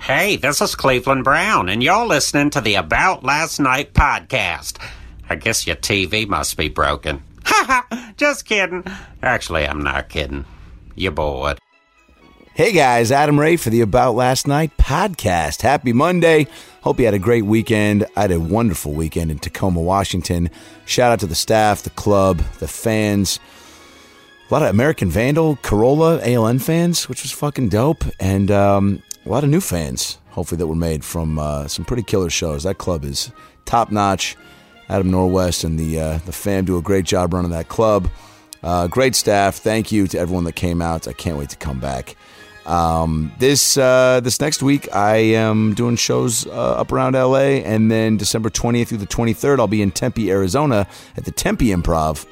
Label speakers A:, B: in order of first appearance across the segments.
A: Hey, this is Cleveland Brown, and you're listening to the About Last Night podcast. I guess your TV must be broken. Ha ha! Just kidding. Actually, I'm not kidding. You're bored.
B: Hey guys, Adam Ray for the About Last Night podcast. Happy Monday. Hope you had a great weekend. I had a wonderful weekend in Tacoma, Washington. Shout out to the staff, the club, the fans. A lot of American Vandal, Corolla, ALN fans, which was fucking dope. And um, a lot of new fans, hopefully, that were made from uh, some pretty killer shows. That club is top notch. Adam Norwest and the, uh, the fam do a great job running that club. Uh, great staff. Thank you to everyone that came out. I can't wait to come back. Um, this uh, this next week, I am doing shows uh, up around LA, and then December 20th through the 23rd, I'll be in Tempe, Arizona, at the Tempe Improv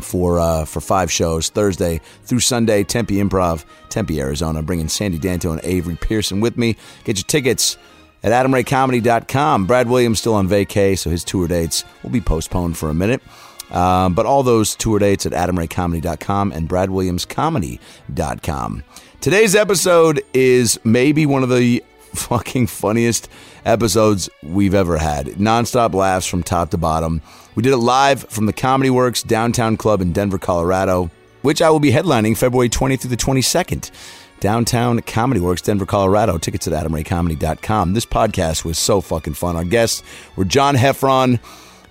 B: for uh, for five shows Thursday through Sunday. Tempe Improv, Tempe, Arizona. Bringing Sandy Danto and Avery Pearson with me. Get your tickets at AdamRayComedy.com. Brad Williams still on vacay, so his tour dates will be postponed for a minute. Um, but all those tour dates at AdamRayComedy.com and BradWilliamsComedy.com. Today's episode is maybe one of the fucking funniest episodes we've ever had. Nonstop laughs from top to bottom. We did it live from the Comedy Works Downtown Club in Denver, Colorado, which I will be headlining February 20th through the 22nd. Downtown Comedy Works, Denver, Colorado. Tickets at AdamRayComedy.com. This podcast was so fucking fun. Our guests were John Heffron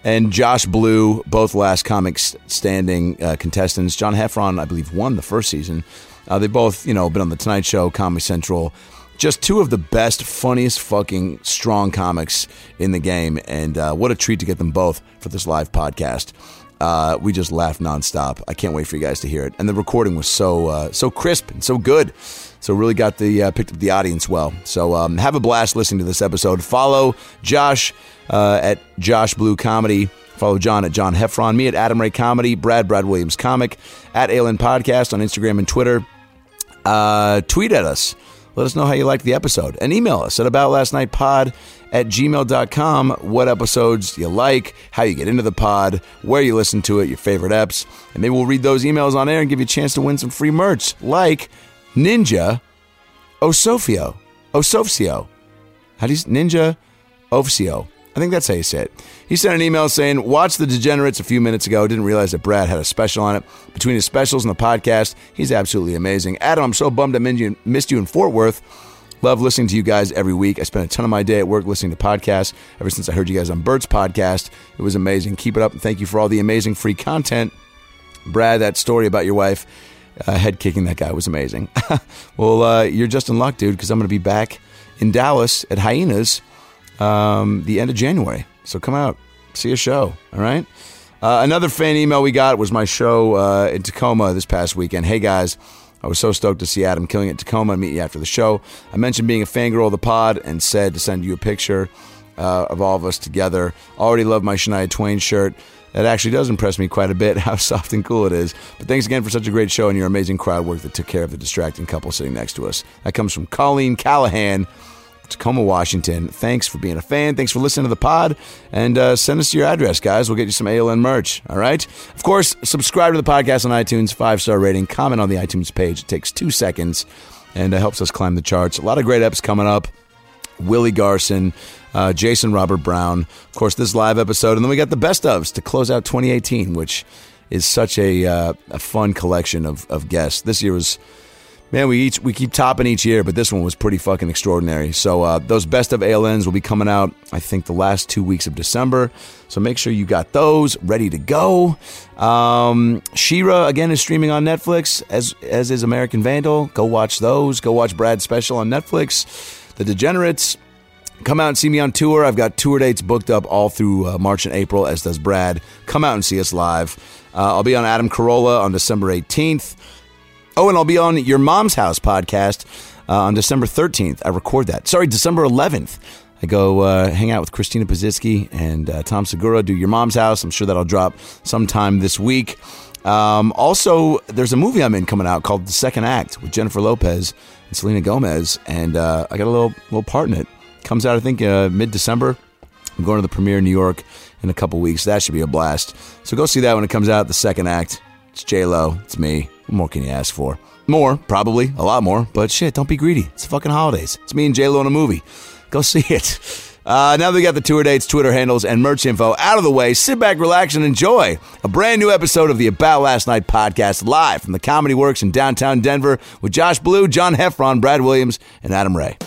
B: and Josh Blue, both last comic standing uh, contestants. John Heffron, I believe, won the first season. Uh, they both, you know, been on the Tonight Show, Comedy Central. Just two of the best, funniest, fucking strong comics in the game, and uh, what a treat to get them both for this live podcast. Uh, we just laughed nonstop. I can't wait for you guys to hear it. And the recording was so uh, so crisp and so good. So really got the uh, picked up the audience well. So um, have a blast listening to this episode. Follow Josh uh, at Josh Blue Comedy. Follow John at John Heffron. Me at Adam Ray Comedy. Brad Brad Williams Comic at Alien Podcast on Instagram and Twitter. Uh, tweet at us. Let us know how you liked the episode and email us at aboutlastnightpod at gmail.com what episodes you like, how you get into the pod, where you listen to it, your favorite eps. And maybe we'll read those emails on air and give you a chance to win some free merch like Ninja Osofio. Osofio. How do you s- Ninja Ofcio? I think that's how you say it. He sent an email saying, Watched The Degenerates a few minutes ago. Didn't realize that Brad had a special on it. Between his specials and the podcast, he's absolutely amazing. Adam, I'm so bummed I min- you- missed you in Fort Worth. Love listening to you guys every week. I spend a ton of my day at work listening to podcasts ever since I heard you guys on Bert's podcast. It was amazing. Keep it up and thank you for all the amazing free content. Brad, that story about your wife, uh, head kicking that guy was amazing. well, uh, you're just in luck, dude, because I'm going to be back in Dallas at Hyenas um, the end of January. So come out, see a show. All right. Uh, another fan email we got was my show uh, in Tacoma this past weekend. Hey guys, I was so stoked to see Adam killing at Tacoma and meet you after the show. I mentioned being a fangirl of the pod and said to send you a picture uh, of all of us together. Already love my Shania Twain shirt. That actually does impress me quite a bit how soft and cool it is. But thanks again for such a great show and your amazing crowd work that took care of the distracting couple sitting next to us. That comes from Colleen Callahan, Tacoma, Washington. Thanks for being a fan. Thanks for listening to the pod. And uh, send us your address, guys. We'll get you some ALN merch. All right. Of course, subscribe to the podcast on iTunes, five star rating, comment on the iTunes page. It takes two seconds and it helps us climb the charts. A lot of great eps coming up. Willie Garson, uh, Jason Robert Brown, of course, this live episode. And then we got the best ofs to close out 2018, which is such a, uh, a fun collection of, of guests. This year was. Man, we each we keep topping each year, but this one was pretty fucking extraordinary. So uh, those best of ALNs will be coming out, I think, the last two weeks of December. So make sure you got those ready to go. Um, Shira again is streaming on Netflix, as as is American Vandal. Go watch those. Go watch Brad's special on Netflix. The Degenerates. Come out and see me on tour. I've got tour dates booked up all through uh, March and April, as does Brad. Come out and see us live. Uh, I'll be on Adam Carolla on December 18th. Oh, and I'll be on your mom's house podcast uh, on December 13th. I record that. Sorry, December 11th. I go uh, hang out with Christina Pazitsky and uh, Tom Segura, do your mom's house. I'm sure that'll drop sometime this week. Um, also, there's a movie I'm in coming out called The Second Act with Jennifer Lopez and Selena Gomez, and uh, I got a little little part in it. Comes out, I think, uh, mid December. I'm going to the premiere in New York in a couple weeks. That should be a blast. So go see that when it comes out. The second act. It's J Lo. It's me. What more can you ask for?
C: More, probably, a lot more, but shit, don't be greedy. It's fucking holidays. It's me and J-Lo in a movie. Go see it. Uh, now that we got the tour dates, Twitter handles, and merch info out of the way, sit back, relax, and enjoy a brand new episode of the About Last Night podcast live from the Comedy Works in downtown Denver with Josh Blue, John Heffron, Brad Williams, and Adam Ray.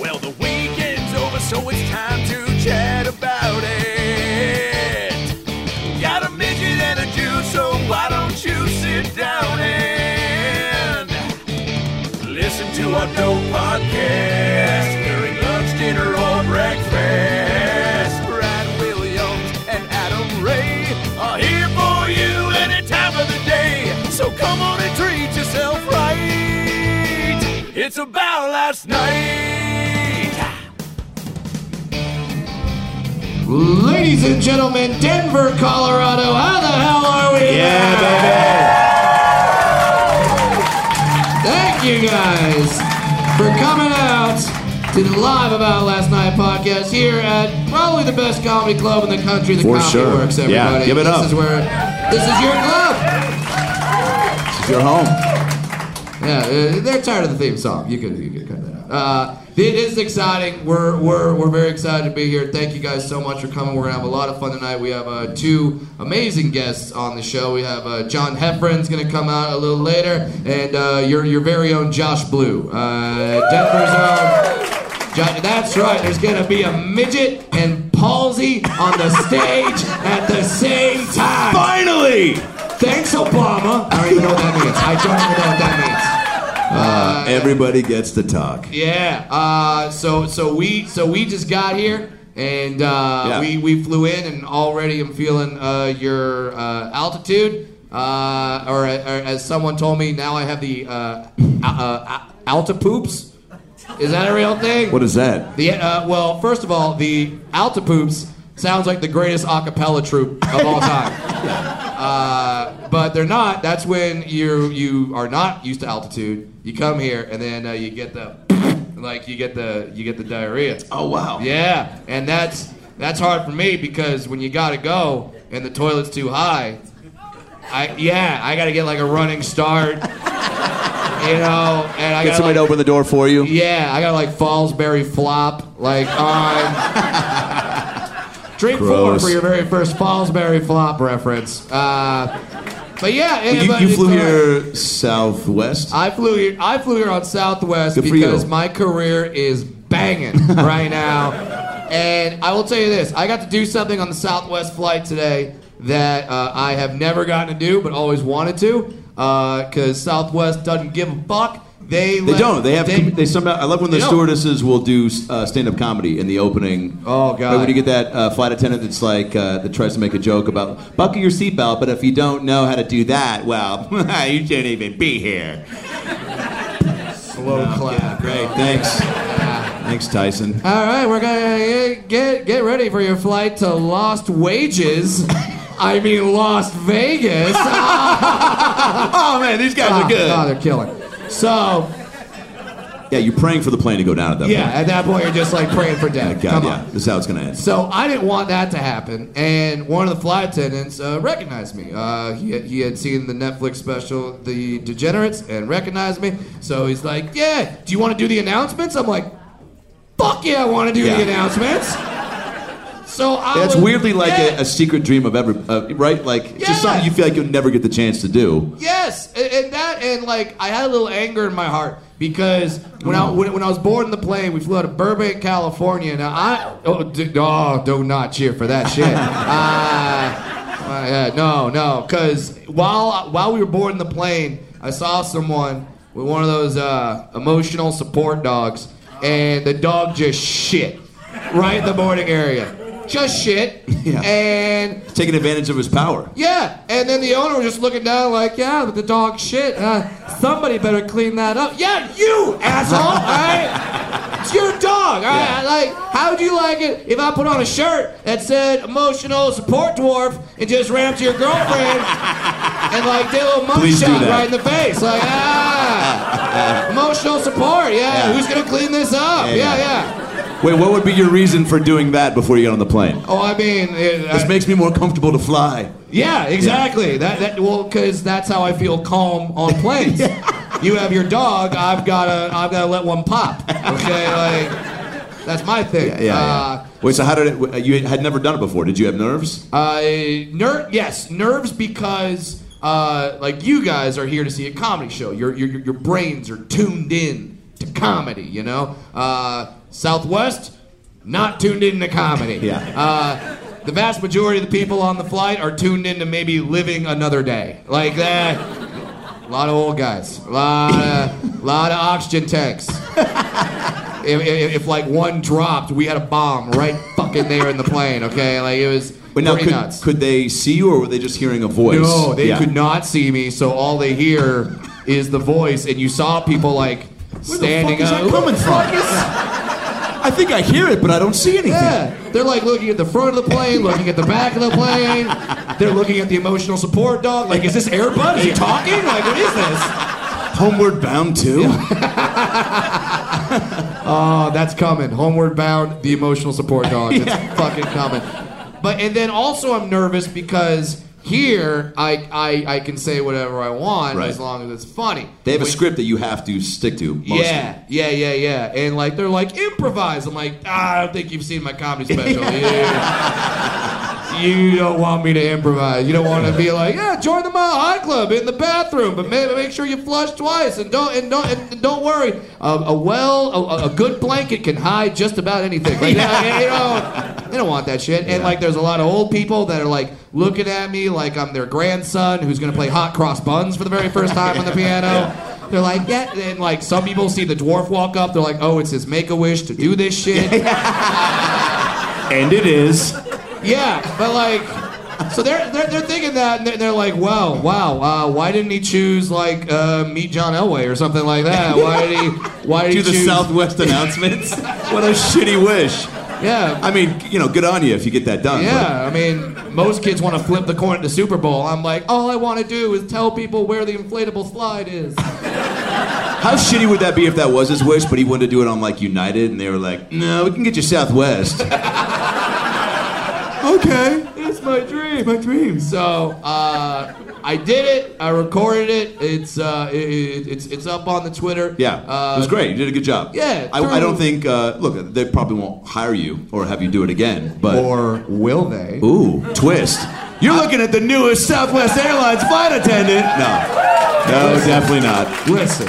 D: Well, the weekend's over, so it's time to chat about it. Got a midget and a Jew, so why don't you sit down and listen to our dope podcast during lunch, dinner, or breakfast? Brad Williams and Adam Ray are here for you any time of the day, so come on and treat yourself right. It's about last night.
E: Ladies and gentlemen, Denver, Colorado, how the hell are we? Thank you guys for coming out to the Live About Last Night podcast here at probably the best comedy club in the country, the
B: For
E: Comedy
B: sure.
E: Works,
B: Yeah,
E: everybody.
B: give it
E: this
B: up.
E: Is where, this is your club.
B: You're home.
E: Yeah, uh, they're tired of the theme song. You could, you could cut that out. Uh, it is exciting. We're, we're, we're very excited to be here. Thank you guys so much for coming. We're going to have a lot of fun tonight. We have uh, two amazing guests on the show. We have uh, John Heffron's going to come out a little later, and uh, your, your very own Josh Blue. Uh, Denver's own. John, that's right. There's gonna be a midget and palsy on the stage at the same time. Finally. Thanks, Obama. I don't even know what that means. I don't even know what that
B: Everybody gets to talk.
E: means. Yeah. Uh, so so we so we just got here and uh,
B: Yeah.
E: we we flew in and already I'm feeling uh, your uh, altitude. Uh, or, or as someone told me, now I have the uh, uh, uh, altipoops. Is that a real thing?
B: What is that?
E: The uh, well, first of all, the Altapoops sounds like the greatest a cappella troupe of all time. uh, but they're not. That's when you you are not used to altitude. You come here and then uh, you get the like you get the you get the diarrhea.
B: Oh wow.
E: Yeah, and that's that's hard for me because when you gotta go and the toilet's too high, I yeah I gotta get like a running start. You know, and I
C: Get
E: gotta,
C: somebody to
E: like-
C: open the door for you.
E: yeah, I got like Fallsberry flop, like on. Drink
B: Gross.
E: four for your very first Fallsberry flop reference. Uh, but yeah, and-
B: You,
E: but
B: you
E: it's
B: flew
E: all right.
B: here southwest.
E: I flew here. I flew here on Southwest
B: Good for you.
E: because my career is banging right now, and I will tell you this: I got to do something on the Southwest flight today that uh, I have never gotten to do, but always wanted to, because Southwest doesn't give a fuck. They
B: They don't. They have. They, somehow. I love when the
E: They don't.
B: stewardesses will do uh, stand-up comedy in the opening.
E: Oh, God.
B: Like when you get that uh, flight attendant that's like uh, that tries to make a joke about buckle your seatbelt, but if you don't know how to do that, well, you shouldn't even be here.
E: slow clap.
B: Great. Thanks. Thanks, Tyson.
E: All right, we're gonna get get ready for your flight to Lost Wages. I mean Las Vegas.
B: Oh man, these guys are
E: Oh,
B: good.
E: they're killing. So
B: Yeah, you're praying for the plane to go down at that
E: yeah, at that point you're just like praying for death.
B: point. God,
E: Come
B: yeah.
E: on.
B: This is how it's gonna end.
E: So I didn't want that to happen, and one of the flight attendants uh, recognized me. Uh, he, had, he had seen the Netflix special, The Degenerates, and recognized me. So he's like, "Yeah, do you want to do the announcements?" I'm like, "Fuck yeah, I want to do
B: Yeah.
E: the announcements." So I
B: That's
E: was-
B: weirdly like
E: yeah.
B: a, a secret dream of every, uh, right? Like
E: Yeah.
B: just something you feel like you'll never get the chance to do.
E: Yes, and, and that, and like I had a little anger in my heart because when I when, when I was boarding the plane, we flew out of Burbank, California. Now I oh, d- oh do not cheer for that shit. uh, uh, yeah, no, no, because while while we were boarding the plane, I saw someone with one of those uh, emotional support dogs, and the dog just shit right in the boarding area, just shit,
B: Yeah.
E: and.
B: Taking advantage of his power.
E: Yeah, and then the owner was just looking down like, yeah, but the dog shit. Uh, somebody better clean that up. Yeah, you asshole. All right, it's your dog. All right,
B: Yeah.
E: like, how would you like it if I put on a shirt that said "emotional support dwarf" and just ran up to your girlfriend and like did a little
B: Please do
E: mugshot
B: that.
E: right in the face, like ah, emotional support. Yeah,
B: Yeah.
E: who's gonna clean this up?
B: Yeah,
E: Yeah, yeah.
B: yeah. Wait, what would be your reason for doing that before you get on the plane?
E: Oh, I mean, it, I-
B: This makes me more comfortable to fly.
E: yeah, exactly. That that well, because that's how I feel calm on planes. You have your dog. I've gotta I've gotta let one pop. Okay, like that's my thing.
B: Yeah, yeah.
E: Uh,
B: Wait, so how did it? You had never done it before. Did you have nerves?
E: Uh, ner- yes, nerves because uh, like you guys are here to see a comedy show. Your your your your brains are tuned in to comedy. You know, uh, Southwest not tuned in to comedy.
B: Yeah.
E: Uh, the vast majority of the people on the flight are tuned in to maybe living another day. Like that. A lot of old guys. A lot of, lot of oxygen tanks. If, if, if like one dropped, we had a bomb right fucking there in the plane. Okay, like it was
B: But now,
E: pretty
B: could,
E: nuts.
B: could they see you, or were they just hearing a voice?
E: No, they
B: Yeah.
E: could not see me, so all they hear is the voice, and you saw people like standing
B: Where the fuck
E: up.
B: is that coming from? I think I hear it, but I don't see anything.
E: Yeah, they're like looking at the front of the plane, looking at the back of the plane. They're looking at the emotional support dog. Like, is this Airbud? Is he talking? Like, what is this?
B: Homeward bound too.
E: Oh, that's coming. Homeward bound, the emotional support dog. It's fucking coming. But and then also I'm nervous because here I I, I can say whatever I want
B: Right.
E: as long as it's funny.
B: They have a
E: When-
B: script that you have to stick to. Mostly.
E: Yeah, yeah, yeah, yeah. And like they're like improvise. I'm like, ah, I don't think you've seen my comedy special. You- You don't want me to improvise. You don't want to be like, yeah, join the Mile High Club in the bathroom, but maybe make sure you flush twice and don't and don't and and don't worry. A, a well, a, a good blanket can hide just about anything. Like, you know, they don't want that shit. And like, there's a lot of old people that are like looking at me like I'm their grandson who's gonna play hot cross buns for the very first time on the piano. They're like, yeah, and like some people see the dwarf walk up, they're like, oh, it's his make a wish to do this shit.
B: and it is.
E: yeah, but like, so they're they're, they're thinking that, and they're, they're like, wow, wow, uh, why didn't he choose like uh, meet John Elway or something like that? Why did he? Why did
B: Do
E: he
B: the
E: choose?
B: Southwest announcements. what a shitty wish.
E: Yeah.
B: I mean, you know, good on you if you get that done.
E: yeah, I mean, most kids want to flip the coin at the Super Bowl. I'm like, all I want to do is tell people where the inflatable slide is.
B: but How shitty would that be if that was his wish, but he wanted to do it on like United, and they were like, "No, we can get you Southwest." okay.
E: It's my dream. My dream. So uh, I did it. I recorded it. It's uh, it, it- it's it's up on the Twitter.
B: Yeah,
E: Uh,
B: it was great. You did a good job.
E: yeah,
B: I, I don't
E: through-
B: think. Uh, look, they probably won't hire you or have you do it again. But
E: Or will they?
B: Ooh, twist. You're looking at the newest Southwest Airlines flight attendant. No. No, definitely not.
E: Listen,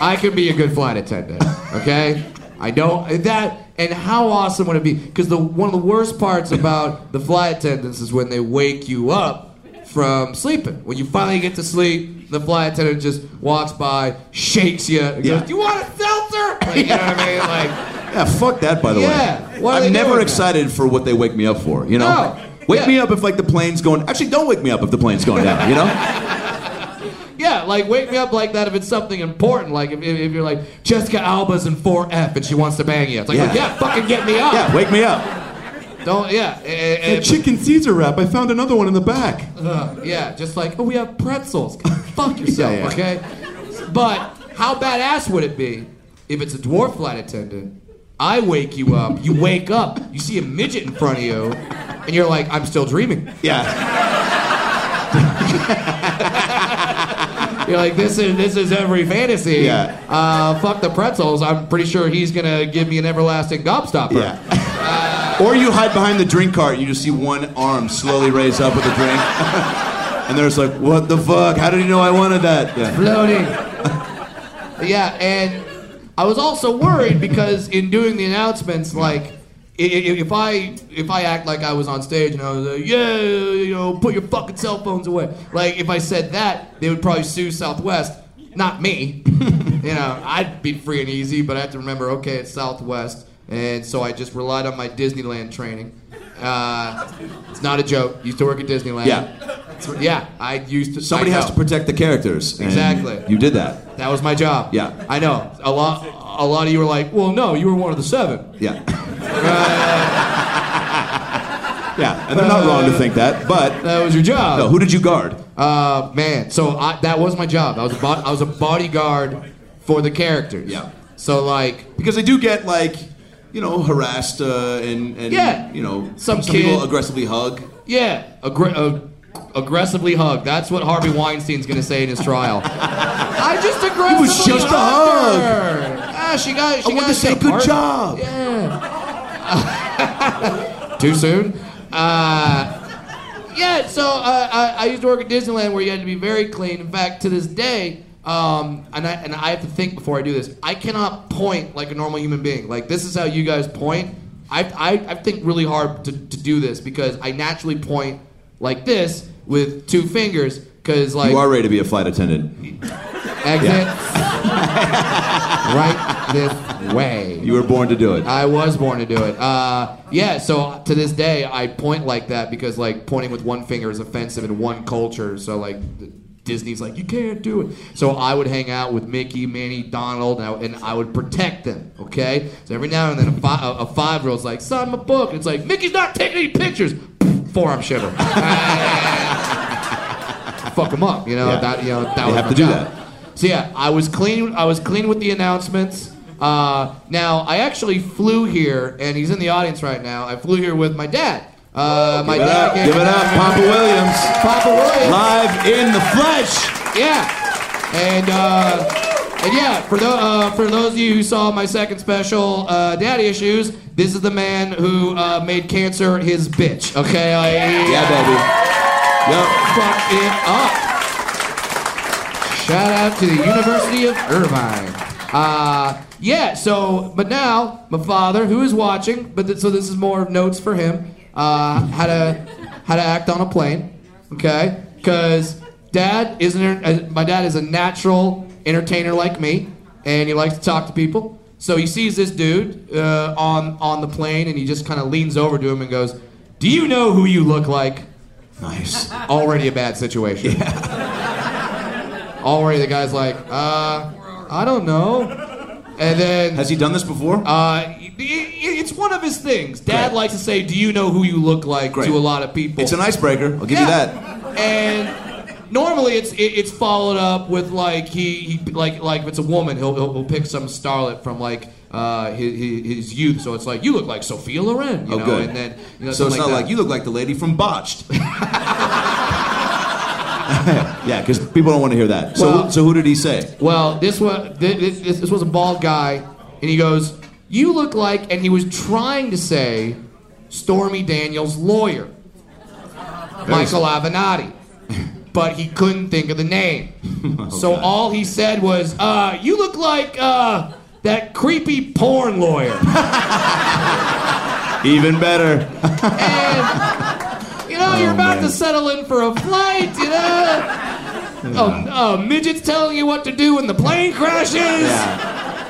E: I could be a good flight attendant. Okay, I don't that. And how awesome would it be? Because the one of the worst parts about the flight attendants is when they wake you up from sleeping. When you finally get to sleep, the flight attendant just walks by, shakes you, and
B: Yeah.
E: goes, "Do you want a seltzer?" Like, you know what I mean? Like.
B: Yeah, fuck that, by the
E: Yeah,
B: way.
E: why are they
B: I'm
E: doing
B: never
E: that?
B: excited for what they wake me up for, you know?
E: No,
B: Wake
E: yeah.
B: me up if, like, the plane's going. Actually, don't wake me up if the plane's going down, you know?
E: Yeah, like wake me up like that if it's something important. Like if, if if you're like Jessica Alba's in 4F and she wants to bang you. It's like,
B: Yeah.
E: yeah, fucking get me up.
B: Yeah, wake me up.
E: Don't yeah. eh, eh, eh,
B: chicken Caesar wrap. I found another one in the back.
E: uh, yeah, just like oh we have pretzels. Fuck yourself,
B: Yeah, yeah.
E: okay? But how badass would it be if it's a dwarf flight attendant? I wake you up. You wake up. You see a midget in front of you, and you're like, I'm still dreaming.
B: Yeah.
E: You're like, this is this is every fantasy.
B: Yeah.
E: Uh, fuck the pretzels. I'm pretty sure he's gonna give me an everlasting gobstopper.
B: Yeah. or you hide behind the drink cart and you just see one arm slowly raise up with a drink. and they're just like, what the fuck? How did he know I wanted that? Yeah.
E: Floating. yeah, and I was also worried because in doing the announcements, like. i- i- If I if I act like I was on stage and I was like, yeah, you know, put your fucking cell phones away. Like if I said that, they would probably sue Southwest, not me. you know, I'd be free and easy, but I have to remember, okay, it's Southwest, and so I just relied on my Disneyland training. Uh, it's not a joke. Used to work at Disneyland.
B: Yeah.
E: yeah. I used to.
B: Somebody
E: I
B: has
E: know.
B: to protect the characters. and
E: Exactly.
B: You did that.
E: That was my job.
B: Yeah.
E: I know. A lot a lot of you were like, well, no, you were one of the seven.
B: Yeah. yeah, and they're not wrong to think that, but
E: That was your job.
B: no, who did you guard?
E: Uh, man, so I, that was my job. I was a bo- I was a bodyguard for the characters.
B: Yeah.
E: So like,
B: Because they do get like you know, harassed uh, and, and
E: Yeah.
B: you know,
E: Some
B: people
E: kid-
B: aggressively hug.
E: Yeah, aggr- ag- aggressively hug. That's what Harvey Weinstein's going to say in his trial. I just aggressively
B: It was just a
E: hugged her. Ah, she got. She
B: I
E: got
B: want to say
E: hit
B: good
E: hard.
B: job.
E: Too soon. Uh, yeah. So uh, I, I used to work at Disneyland where you had to be very clean. In fact, to this day. Um, and I and I have to think before I do this. I cannot point like a normal human being. Like this is how you guys point. I I, I think really hard to, to do this because I naturally point like this with two fingers because like
B: You are ready to be a flight attendant.
E: exit right this way.
B: You were born to do it.
E: I was born to do it. Uh, yeah, so to this day, I point like that because like pointing with one finger is offensive in one culture. So like Disney's like, you can't do it. So I would hang out with Mickey, Minnie, Donald, and I, and I would protect them. Okay, so every now and then a, fi- a, a five year old's like, sign my book, and it's like Mickey's not taking any pictures. Forearm shiver. Fuck him up, you know.
B: Yeah.
E: That you know that
B: You
E: was
B: have
E: my
B: to do
E: job.
B: that.
E: So yeah, I was clean. I was clean with the announcements. Uh, now I actually flew here, and he's in the audience right now. I flew here with my dad. Uh, my
B: Give it
E: dad
B: up,
E: came-
B: give it up, Papa Williams.
E: Papa Williams.
B: Live in the flesh.
E: Yeah, and uh, and yeah, for tho- uh, for those of you who saw my second special, uh, Daddy Issues, this is the man who uh, made cancer his bitch. Okay, Like, he
B: Yeah, baby. Yep.
E: fucked it up. Shout out to the University of Irvine. Uh, yeah, so, but now, my father, who is watching, but th- so this is more of notes for him, uh, how, to, how to act on a plane, okay? Because dad is an, uh, my dad is a natural entertainer like me, and he likes to talk to people. So he sees this dude uh, on, on the plane, and he just kind of leans over to him and goes, Do you know who you look like?
B: Nice.
E: already a bad situation. already the guy's like, uh, I don't know. And then
B: Has he done this before?
E: uh, i- i- it's one of his things. Dad
B: Great.
E: likes to say, "Do you know who you look like?"
B: Great.
E: to a lot of people.
B: it's an icebreaker. I'll give you that.
E: And normally it's it, it's followed up with like he, he like like if it's a woman he'll he'll, he'll pick some starlet from like uh his, his youth so it's like you look like Sophia Loren you
B: Oh,
E: know
B: good.
E: and then you know
B: so it's
E: something
B: not
E: that.
B: like you look like the lady from Botched. yeah, because people don't want to hear that. So,
E: Well-
B: so who did he say?
E: Well, this was this, this, this was a bald guy, and he goes, "You look like," and he was trying to say, "Stormy Daniels' lawyer, Michael Avenatti," but he couldn't think of the name. so
B: God.
E: all he said was, uh, "You look like uh, that creepy porn lawyer."
B: Even better.
E: and you know you're
B: Oh,
E: about
B: man.
E: to settle in for a flight, you know. Oh, oh, midgets telling you what to do when the plane crashes,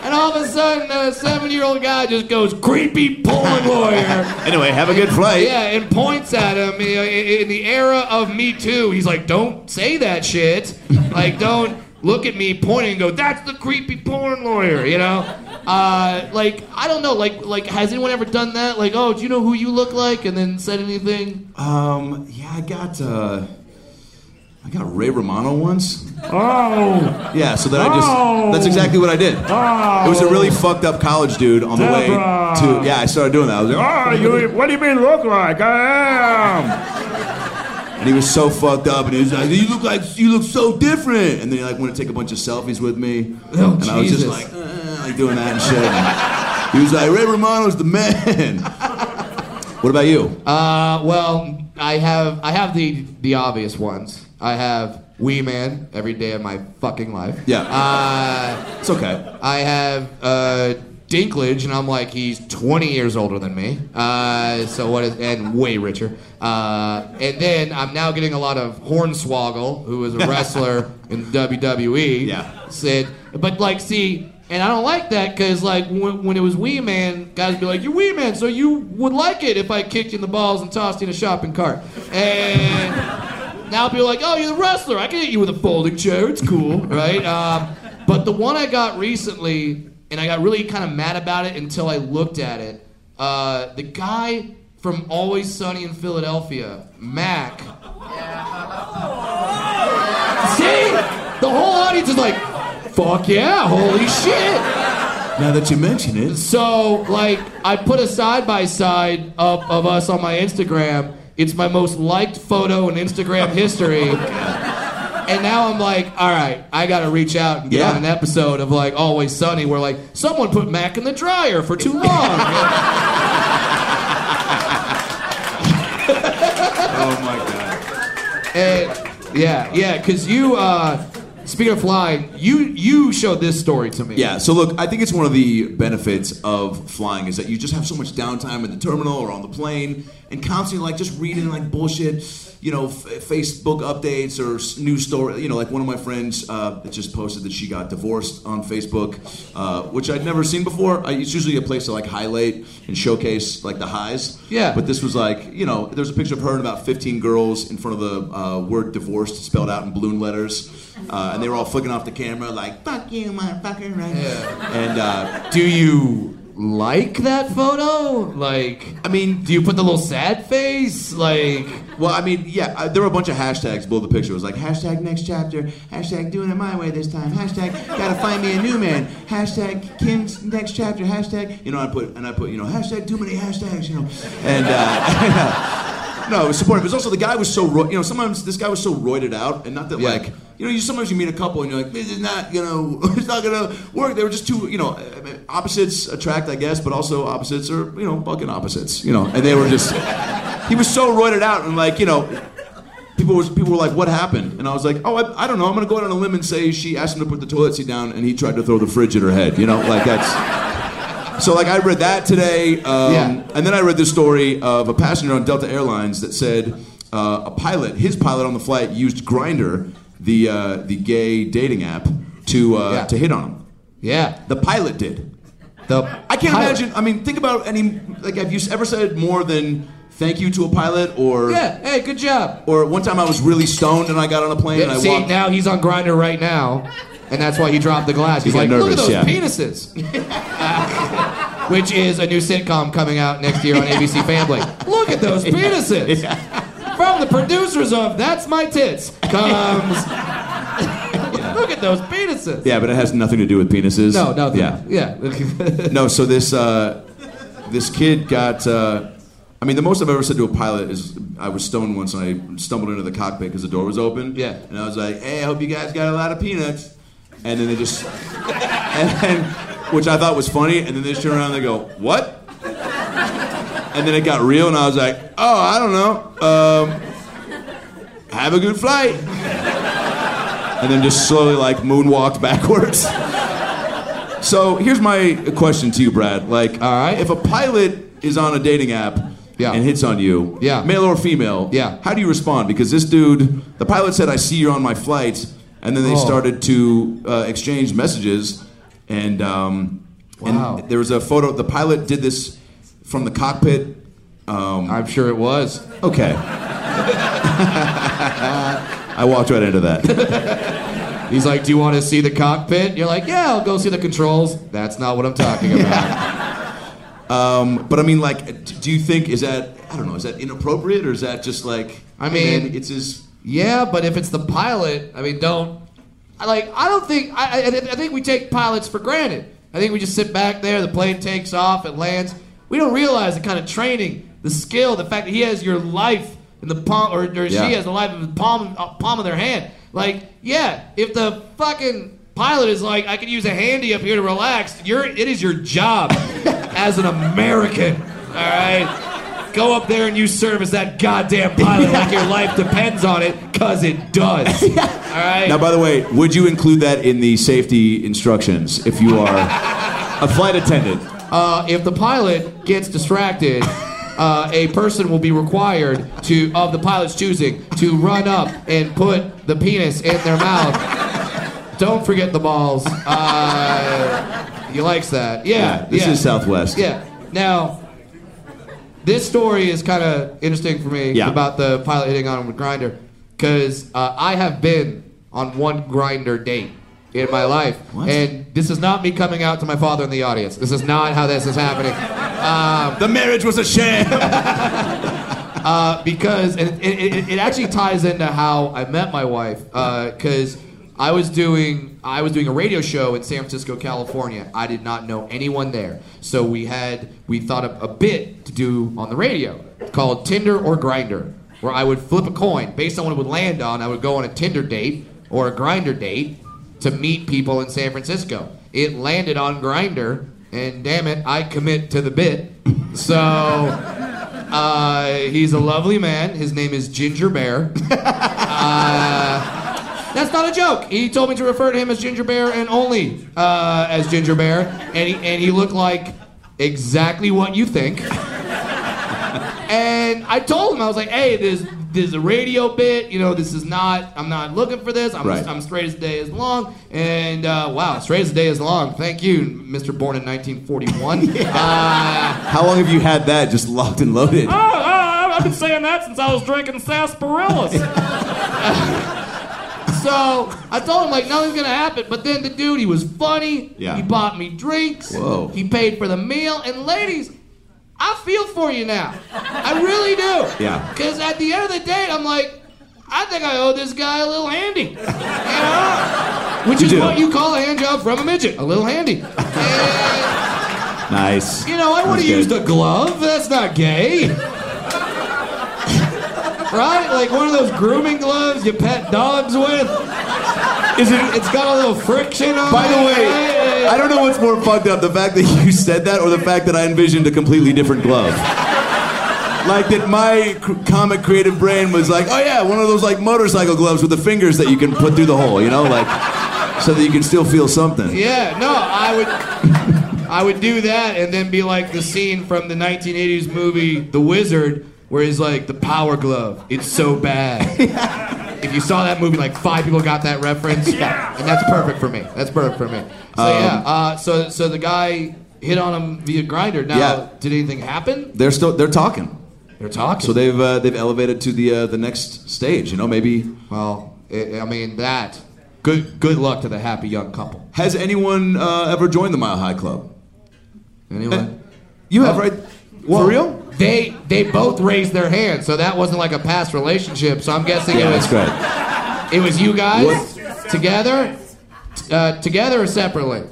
E: and all of a sudden a seven-year-old guy just goes creepy porn lawyer.
B: Anyway, have a good flight.
E: Yeah, and points at him. You know, i- i- In the era of Me Too, he's like, "Don't say that shit. Like, don't look at me pointing and go, that's the creepy porn lawyer." You know, uh, like I don't know. Like, like has anyone ever done that? Like, oh, do you know who you look like? And then said anything?
B: Um, yeah, I got uh, I got Ray Romano once.
E: Oh,
B: Yeah, so then I just that's exactly what I did. It was a really
E: Oh.
B: fucked up college dude on the way to yeah. I started doing that. I was like, oh, you, what do you mean look like I am? And he was so fucked up, and he was like, "You look like you look so different." And then he like wanted to take a bunch of selfies with me,
E: Oh,
B: and I was just
E: Jesus.
B: like, eh, like doing that and shit. And he was like, "Ray Romano's the man." what about you?
E: uh, well, I have I have the the obvious ones. I have Wee Man every day of my fucking life.
B: Yeah.
E: Uh,
B: it's okay.
E: I have uh, Dinklage, and I'm like, he's 20 years older than me. Uh, so what is, and way richer. Uh, and then I'm now getting a lot of Hornswoggle, who is a wrestler in WWE.
B: Yeah.
E: Said, but like, see, and I don't like that because like when, when it was Wee Man, guys would be like, you're Wee Man, so you would like it if I kicked you in the balls and tossed you in a shopping cart. And. Now people are like, oh, you're the wrestler. I can hit you with a folding chair. It's cool, right? Um, but the one I got recently, and I got really kind of mad about it until I looked at it. Uh, the guy from Always Sunny in Philadelphia, Mac. See, the whole audience is like, "Fuck yeah, holy shit!"
B: Now that you mention it,
E: So, like, I put a side by side up of us on my Instagram. It's my most liked photo in Instagram history. And now I'm like, all right, I gotta reach out and get
B: Yeah.
E: on an episode of like Always Sunny, where like someone put Mac in the dryer for too long.
B: oh my god,
E: and yeah, yeah, because you, uh, speaking of flying, you you showed this story to me.
B: yeah. So look, I think it's one of the benefits of flying is that you just have so much downtime in the terminal or on the plane, and constantly like just reading like bullshit, you know, f- Facebook updates or s- news story. You know, like one of my friends uh, that just posted that she got divorced on Facebook, uh, which I'd never seen before. I, it's usually a place to like highlight and showcase like the highs.
E: Yeah.
B: But this was like, you know, there's a picture of her and about 15 girls in front of the uh, word divorced spelled out in balloon letters. Uh, and they were all flicking off the camera like, fuck you, motherfucker, right? And, uh,
E: Do you like that photo? Like,
B: I mean,
E: do you put the little sad face? Like.
B: well, I mean, yeah, I, there were a bunch of hashtags below the picture. It was like, hashtag next chapter, hashtag doing it my way this time, hashtag gotta find me a new man, hashtag Kim's next chapter, hashtag, you know, I put, and I put, you know, hashtag too many hashtags, you know. And, uh, No, it was supportive. It was also the guy was so ro- you know sometimes this guy was so roided out, and not that
E: Yeah.
B: like you know you sometimes you meet a couple and you're like this is not you know it's not gonna work. They were just two you know I mean, opposites attract I guess, but also opposites are you know fucking opposites you know, and they were just he was so roided out and like you know. People, was, people were like, what happened? And I was like, oh, I, I don't know. I'm going to go out on a limb and say she asked him to put the toilet seat down and he tried to throw the fridge at her head. You know, like that's. So, like, I read that today. Um,
E: Yeah.
B: and then I read the story of a passenger on Delta Airlines that said uh, a pilot, his pilot on the flight, used Grinder, the uh, the gay dating app, to uh,
E: Yeah.
B: to hit on him.
E: Yeah.
B: The pilot did.
E: The
B: I can't
E: pilot.
B: imagine. I mean, think about any like. Have you ever said more than thank you to a pilot or
E: Yeah. Hey, good job.
B: or one time I was really stoned and I got on a plane and I
E: See,
B: walked.
E: now he's on grinder right now, and that's why he dropped the glass. He's
B: You
E: like,
B: get
E: look at
B: nervous,
E: those
B: yeah.
E: penises. Which is a new sitcom coming out next year on ABC Family. Look at those penises. From the producers of That's My Tits comes. look at those penises.
B: yeah, but it has nothing to do with penises.
E: No, no.
B: Yeah,
E: Yeah.
B: no. So this uh, this kid got. Uh, I mean, the most I've ever said to a pilot is I was stoned once and I stumbled into the cockpit because the door was open.
E: Yeah.
B: And I was like, "Hey, I hope you guys got a lot of peanuts." And then they just, and then, which I thought was funny, and then they just turn around and they go, "What?" And then it got real, and I was like, "Oh, I don't know. Um, have a good flight." And then just slowly like moonwalked backwards. So here's my question to you, Brad. Like,
E: All right.
B: if a pilot is on a dating app
E: Yeah.
B: and hits on you,
E: Yeah.
B: male or female,
E: Yeah.
B: how do you respond? Because this dude, the pilot said, "I see you're on my flight," and then they
E: Oh.
B: started to uh, exchange messages, and um,
E: Wow.
B: and there was a photo. The pilot did this from the cockpit. Um,
E: I'm sure it was.
B: okay. I walked right into that.
E: He's like, "Do you want to see the cockpit?" You're like, "Yeah, I'll go see the controls." That's not what I'm talking about.
B: But I mean, like, d- do you think is that I don't know is that inappropriate or is that just like
E: I
B: hey,
E: mean-
B: man, it's his
E: Yeah, but if it's the pilot, I mean, don't. I Like, I don't think. I, I, I think we take pilots for granted. I think we just sit back there, the plane takes off, it lands. We don't realize the kind of training, the skill, the fact that he has your life in the palm, or, or
B: Yeah.
E: she has the life in the palm, uh, palm of their hand. Like, yeah, if the fucking pilot is like, I could use a handy up here to relax, you're, it is your job as an American, all right? Go up there and you service that goddamn pilot like your life depends on it, cause it does. All right.
B: Now, by the way, would you include that in the safety instructions if you are a flight attendant?
E: Uh, if the pilot gets distracted, uh, a person will be required to, of the pilot's choosing, to run up and put the penis in their mouth. Don't forget the balls. Uh, he likes that. Yeah.
B: this
E: yeah.
B: is Southwest.
E: Yeah. Now, this story is kind of interesting for me
B: Yeah.
E: about the pilot hitting on him with Grinder, because uh, I have been on one Grinder date in my life,
B: What?
E: and this is not me coming out to my father in the audience. This is not how this is happening.
B: The marriage was a sham.
E: because and it, it, it actually ties into how I met my wife because uh, I was doing I was doing a radio show in San Francisco, California. I did not know anyone there, so we had we thought up a bit to do on the radio called Tinder or Grinder, where I would flip a coin based on what it would land on. I would go on a Tinder date or a Grinder date to meet people in San Francisco. It landed on Grinder, and damn it, I commit to the bit. So uh, he's a lovely man. His name is Ginger Bear. Uh, That's not a joke. He told me to refer to him as Ginger Bear and only uh, as Ginger Bear, and he, and he looked like exactly what you think. and I told him I was like, "Hey, this this is a radio bit. You know, this is not. I'm not looking for this. I'm
B: Right.
E: I'm straight as the day is long. And uh, wow, straight as the day is long. Thank you, Mr. Born in 1941.
B: How long have you had that just locked and loaded?
E: Uh,
F: Oh, oh, I've been saying that since I was drinking sarsaparillas.
E: So I told him like nothing's gonna happen. But then the dude, he was funny.
B: Yeah.
E: He bought me drinks.
B: Whoa.
E: He paid for the meal. And ladies, I feel for you now. I really do.
B: Yeah.
E: Because at the end of the day, I'm like, I think I owe this guy a little handy. You know? Which is
B: do.
E: what you call a hand job from a midget, a little handy. And,
B: Nice.
E: you know, I would
B: That's
E: have
B: good.
E: used a glove. That's not gay. right? Like one of those grooming gloves you pet dogs with.
B: Is it?
E: It's got a little friction on
B: By
E: it.
B: the way, I don't know what's more fucked up: the fact that you said that, or the fact that I envisioned a completely different glove. Like that, my c- comic creative brain was like, oh yeah, one of those like motorcycle gloves with the fingers that you can put through the hole, you know, like so that you can still feel something.
E: Yeah, no, I would. I would do that and then be like the scene from the 1980s movie The Wizard, where he's like, the power glove, it's so bad. If you saw that movie, like five people got that reference. Yeah. And that's perfect for me. That's perfect for me. So, yeah, uh, so, so the guy hit on him via grinder. Now,
B: Yeah.
E: did anything happen?
B: They're still they're talking,
E: They're talking.
B: so they've uh, they've elevated to the uh, the next stage. You know, maybe
E: well, i I mean, that. Good, good luck to the happy young couple.
B: has anyone uh, ever joined the Mile High Club?
E: Anyway.
B: You have, right?
E: Well,
B: For real?
E: They they both raised their hand, so that wasn't like a past relationship. So I'm guessing
B: Yeah,
E: it
B: that's
E: was
B: great.
E: it was you guys together, T- uh, together or separately?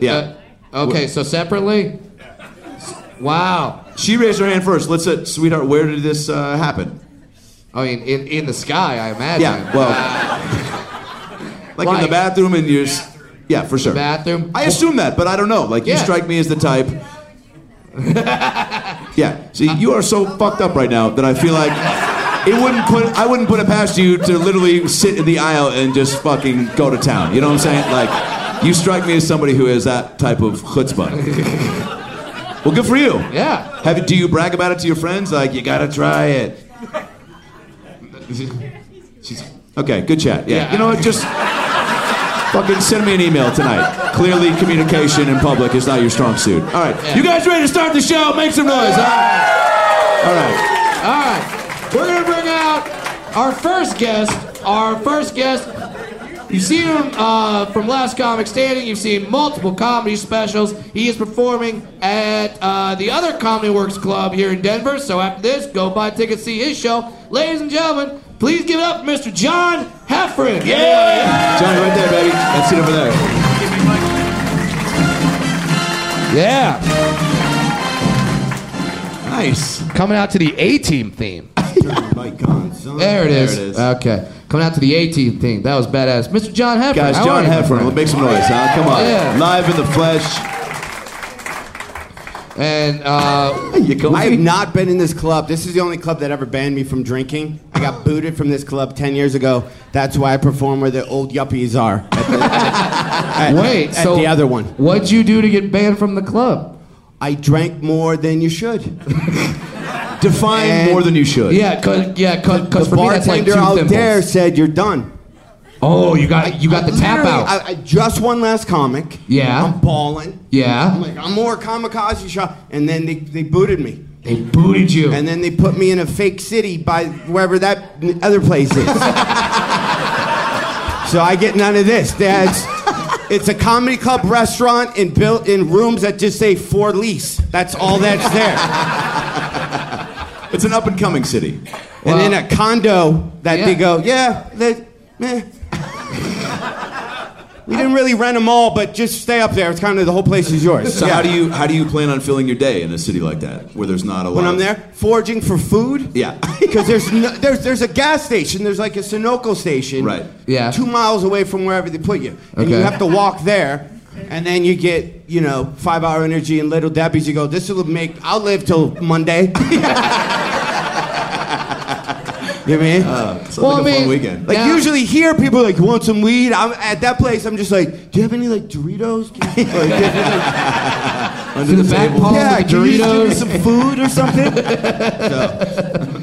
B: Yeah.
E: Uh, okay, so separately. Wow.
B: She raised her hand first. Let's, uh, sweetheart, where did this uh, happen?
E: I mean, in, in the sky, I imagine.
B: Yeah, well, like, in
E: Like-
B: the bathroom, and you're, s- yeah, for sure.
E: bathroom.
B: I assume that, but I don't know. Like you
E: Yeah.
B: strike me as the type. yeah. See, you are so fucked up right now that I feel like it wouldn't put I wouldn't put it past you to literally sit in the aisle and just fucking go to town. You know what I'm saying? Like you strike me as somebody who has that type of chutzpah. well, good for you.
E: Yeah.
B: Have do you brag about it to your friends? Like you gotta try it. Okay, good chat. Yeah.
E: Yeah.
B: You know what? Just fucking send me an email tonight. Clearly, communication in public is not your strong suit. All right. You guys ready to start the show? Make some noise. huh? All right.
E: All right, we're gonna bring out our first guest. Our first guest. You've seen him uh, from Last Comic Standing. You've seen multiple comedy specials. He is performing at uh, the other Comedy Works Club here in Denver. So after this, go buy tickets, see his show. Ladies and gentlemen, please give it up for Mr. John Heffron. Yeah.
B: Johnny, right there, baby. That's it over there.
E: Yeah.
B: Nice.
E: Coming out to the A Team theme. There
B: there
E: it is. Okay. Coming out to the A Team theme. That was badass. Mr. John Heffron.
B: Guys,
E: how
B: John
E: are you, my
B: Heffron,
E: friend?
B: let's make some noise, huh? Come on.
E: Yeah.
B: Live in the flesh.
E: And uh,
B: You go.
G: I have not been in this club. This is the only club that ever banned me from drinking. I got booted from this club 10 years ago. That's why I perform where the old yuppies are. At the- at-
E: Wait,
G: at
E: so
G: the other one.
E: What'd you do to get banned from the club?
G: I drank more than you should.
B: Define
G: And-
B: more than you should.
E: Yeah, cause yeah, cause,
G: The
E: 'cause for me that's like two
G: bartender out
E: thimbles.
G: there said, You're done.
E: Oh, you got you got the tap
G: Literally,
E: out.
G: I, I just one last comic.
E: Yeah.
G: I'm balling.
E: Yeah.
G: I'm like, I'm more kamikaze shot. And then they, they booted me.
E: they booted you.
G: And then they put me in a fake city by wherever that n- other place is. so I get none of this. That's it's a comedy club restaurant and built in rooms that just say for lease. That's all that's there.
B: It's an up and coming city.
G: and then a condo that
E: Yeah.
G: they go, yeah, that, eh. We didn't really rent them all, but just stay up there. It's kind of the whole place is yours.
B: So how do you how do you plan on filling your day in a city like that where there's not a lot?
G: when I'm
B: of-
G: there, foraging for food.
B: Yeah.
G: Because there's no, there's there's a gas station. There's like a Sunoco station.
B: Right.
E: Yeah.
G: Two miles away from wherever they put you, and you
E: Okay.
G: have to walk there, and then you get you know five hour energy and little Debbie's. You go, this will make I'll live till Monday. you know what I mean?
B: Sounds like
E: Well,
B: a
E: I
B: fun
E: mean-
B: weekend.
G: like
E: yeah.
G: usually here, people are like, "You want some weed?" I'm at that place. I'm just like, "Do you have any like Doritos?" Like, do you have any, like,
B: Under the
E: back
B: table.
E: palm
G: yeah,
E: with the
G: can you just give me
E: Doritos.
G: some food or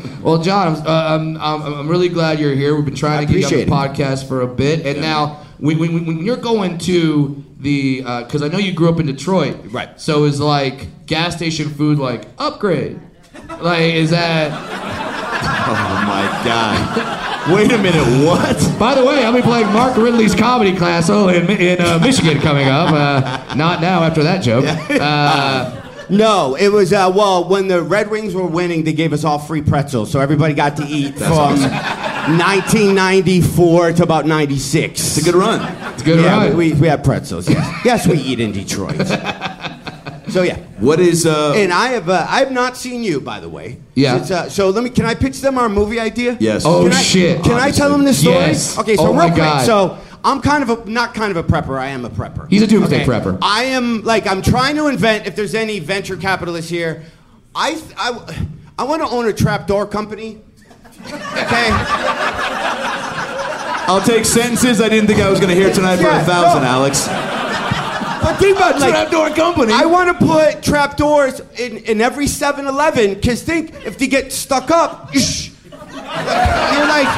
G: something?
E: Well, John, I'm, uh, I'm, I'm, I'm really glad you're here. We've been trying
G: I
E: to get you on the
G: appreciate
E: podcast for a bit, and now when, when, when- when you're going to the because I know you grew up in Detroit,
G: Right.
E: So is like gas station food like upgrade? Like is that?
B: Oh my god. Wait a minute. What?
E: By the way, I'll be playing Mark Ridley's comedy class oh, in, Mi- in uh, Michigan coming up. Uh, not now after that joke. Uh,
G: No, it was uh, well when the Red Wings were winning, they gave us all free pretzels, so everybody got to eat from 1994 to about 96.
B: It's a good run.
E: it's a good
G: yeah,
E: run.
G: we, we we had pretzels. Yes, yes, we eat in Detroit. so yeah,
B: What is uh?
G: and I have uh, I have not seen you by the way.
E: Yeah.
G: Since, uh, so let me can I pitch them our movie idea?
B: Yes.
E: Oh,
G: Can I,
E: shit.
G: Can I tell them the story?
E: Yes.
G: Okay, so
E: Oh,
G: real
E: my
G: quick.
E: God.
G: So I'm kind of a not kind of a prepper. I am a prepper.
E: He's a doomsday prepper.
G: I am like I'm trying to invent. If there's any venture capitalists here, I th- I I want to own a trapdoor company. Okay.
B: I'll take sentences I didn't think I was going to hear tonight for
G: Yeah,
B: a thousand,
G: no.
B: Alex.
G: But think about it, like
B: Trapdoor company.
G: I want to put trapdoors in, in every 7-Eleven because think if they get stuck up, you're like,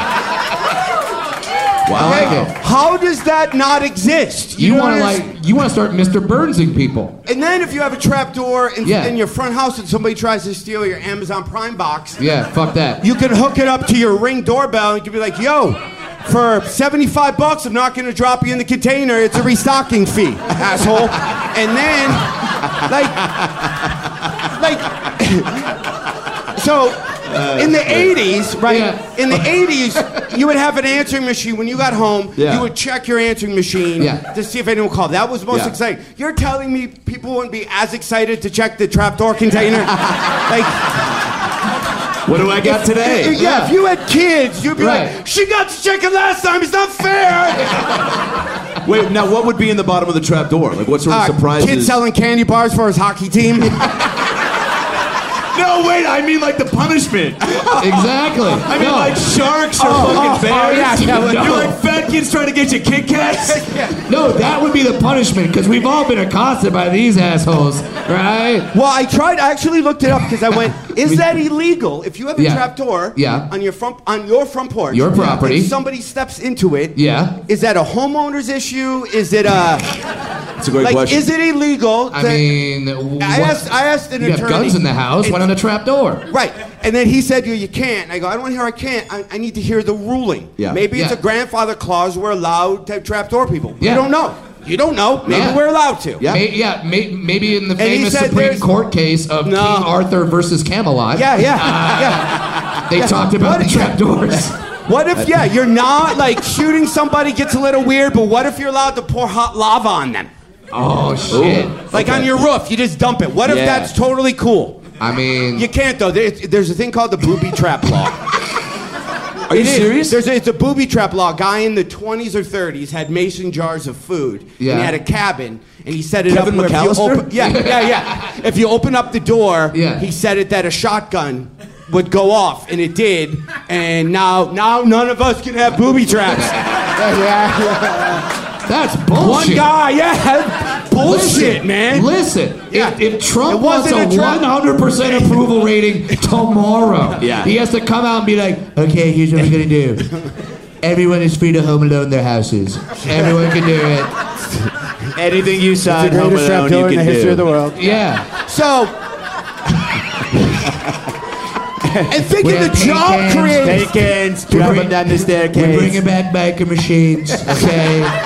B: wow.
G: how does that not exist?
E: you
G: don't
E: want to
G: understand-
E: like you want to start Mr. Burnsing people.
G: And then if you have a trapdoor in,
E: Yeah.
G: in your front house and somebody tries to steal your Amazon Prime box,
E: Yeah, fuck that.
G: you can hook it up to your ring doorbell and you can be like, yo, for 75 bucks, I'm not going to drop you in the container. It's a restocking fee, asshole. And then, like, like, so in the 80s, right?
E: Yeah.
G: In the 80s, you would have an answering machine when you got home.
B: Yeah.
G: You would check your answering machine
E: Yeah.
G: to see if anyone called. That was most
B: Yeah.
G: exciting. You're telling me people wouldn't be as excited to check the trapdoor container? like,
B: What do I got
G: yeah,
B: today?
G: if you had kids, you'd be like,
E: Right.
G: she got to check it last time. It's not fair.
B: Wait, now what would be in the bottom of the trap door? Like what
G: Uh,
B: sort of surprises?
G: kid selling candy bars for his hockey team.
B: no, wait, I mean like the punishment.
E: Exactly.
B: I mean
E: No.
B: like sharks or fucking
G: oh, oh,
B: bears.
G: yeah, yeah,
B: You're
G: no.
B: like fat kids trying to get you Kit Kats.
E: No, that would be the punishment because we've all been accosted by these assholes, right?
G: well, I tried. I actually looked it up because I went, is that illegal? If you have a
E: Yeah.
G: trapdoor
E: Yeah.
G: on your front on your front porch,
E: Your property.
G: if somebody steps into it,
E: Yeah.
G: is that a homeowner's issue? Is it a
B: That's a great
G: like?
B: question.
G: Is it illegal?
E: I
G: to-
E: mean,
G: I asked. I asked an
E: you
G: attorney.
E: have guns in the house. Why
G: It's-
E: not a trap door?
G: Right. And then he said, you, you can't. I go, I don't want to hear I can't. I, I need to hear the ruling.
B: Yeah.
G: Maybe it's
E: Yeah.
G: a grandfather clause we're allowed to trapdoor people. You
E: Yeah.
G: don't know. You don't know. Maybe
E: Yeah.
G: we're allowed to.
B: Yeah.
E: May, yeah, may, maybe in the
G: he
E: famous
G: said
E: Supreme
G: there's-
E: Court case of
G: No.
E: King Arthur versus Camelot.
G: Yeah, yeah, yeah.
E: They talked about
G: What-
E: the trap doors.
G: What if, yeah, you're not like shooting somebody gets a little weird, but what if you're allowed to pour hot lava on them?
E: oh shit!
G: Like on your roof, you just dump it. What if
B: Yeah.
G: that's totally cool?
E: I mean,
G: You can't though. There, there's a thing called the booby trap law.
B: Are you
G: It is.
B: serious?
G: There's a, it's a booby trap law. A guy in the 20s or 30s had mason jars of food. And
E: Yeah.
G: he had a cabin, and he set it
B: Kevin
G: up. where if you
B: McAllister?
G: open- yeah, yeah, yeah. If you open up the door,
E: Yeah.
G: he said it that a shotgun would go off, and it did. And now, now none of us can have booby traps.
E: that's
G: One
E: bullshit.
G: guy, yeah, bullshit,
E: Listen,
G: man.
E: Listen,
G: Yeah.
E: if, if
G: It
E: Trump wants
G: wasn't
E: a
G: a trap-
E: 100% approval rating tomorrow,
B: Yeah.
E: he has to come out and be like, okay, here's what we're going to do. Everyone is free to home alone their houses. Everyone can do it.
B: Anything you saw Home Alone you can do.
G: world.
E: Yeah.
G: So. and think of
E: We're
G: the job
E: taking-
G: creators.
B: Jenkins,
E: drop 'em down
B: the
E: We're
B: staircase.
E: bringing back biker machines, okay?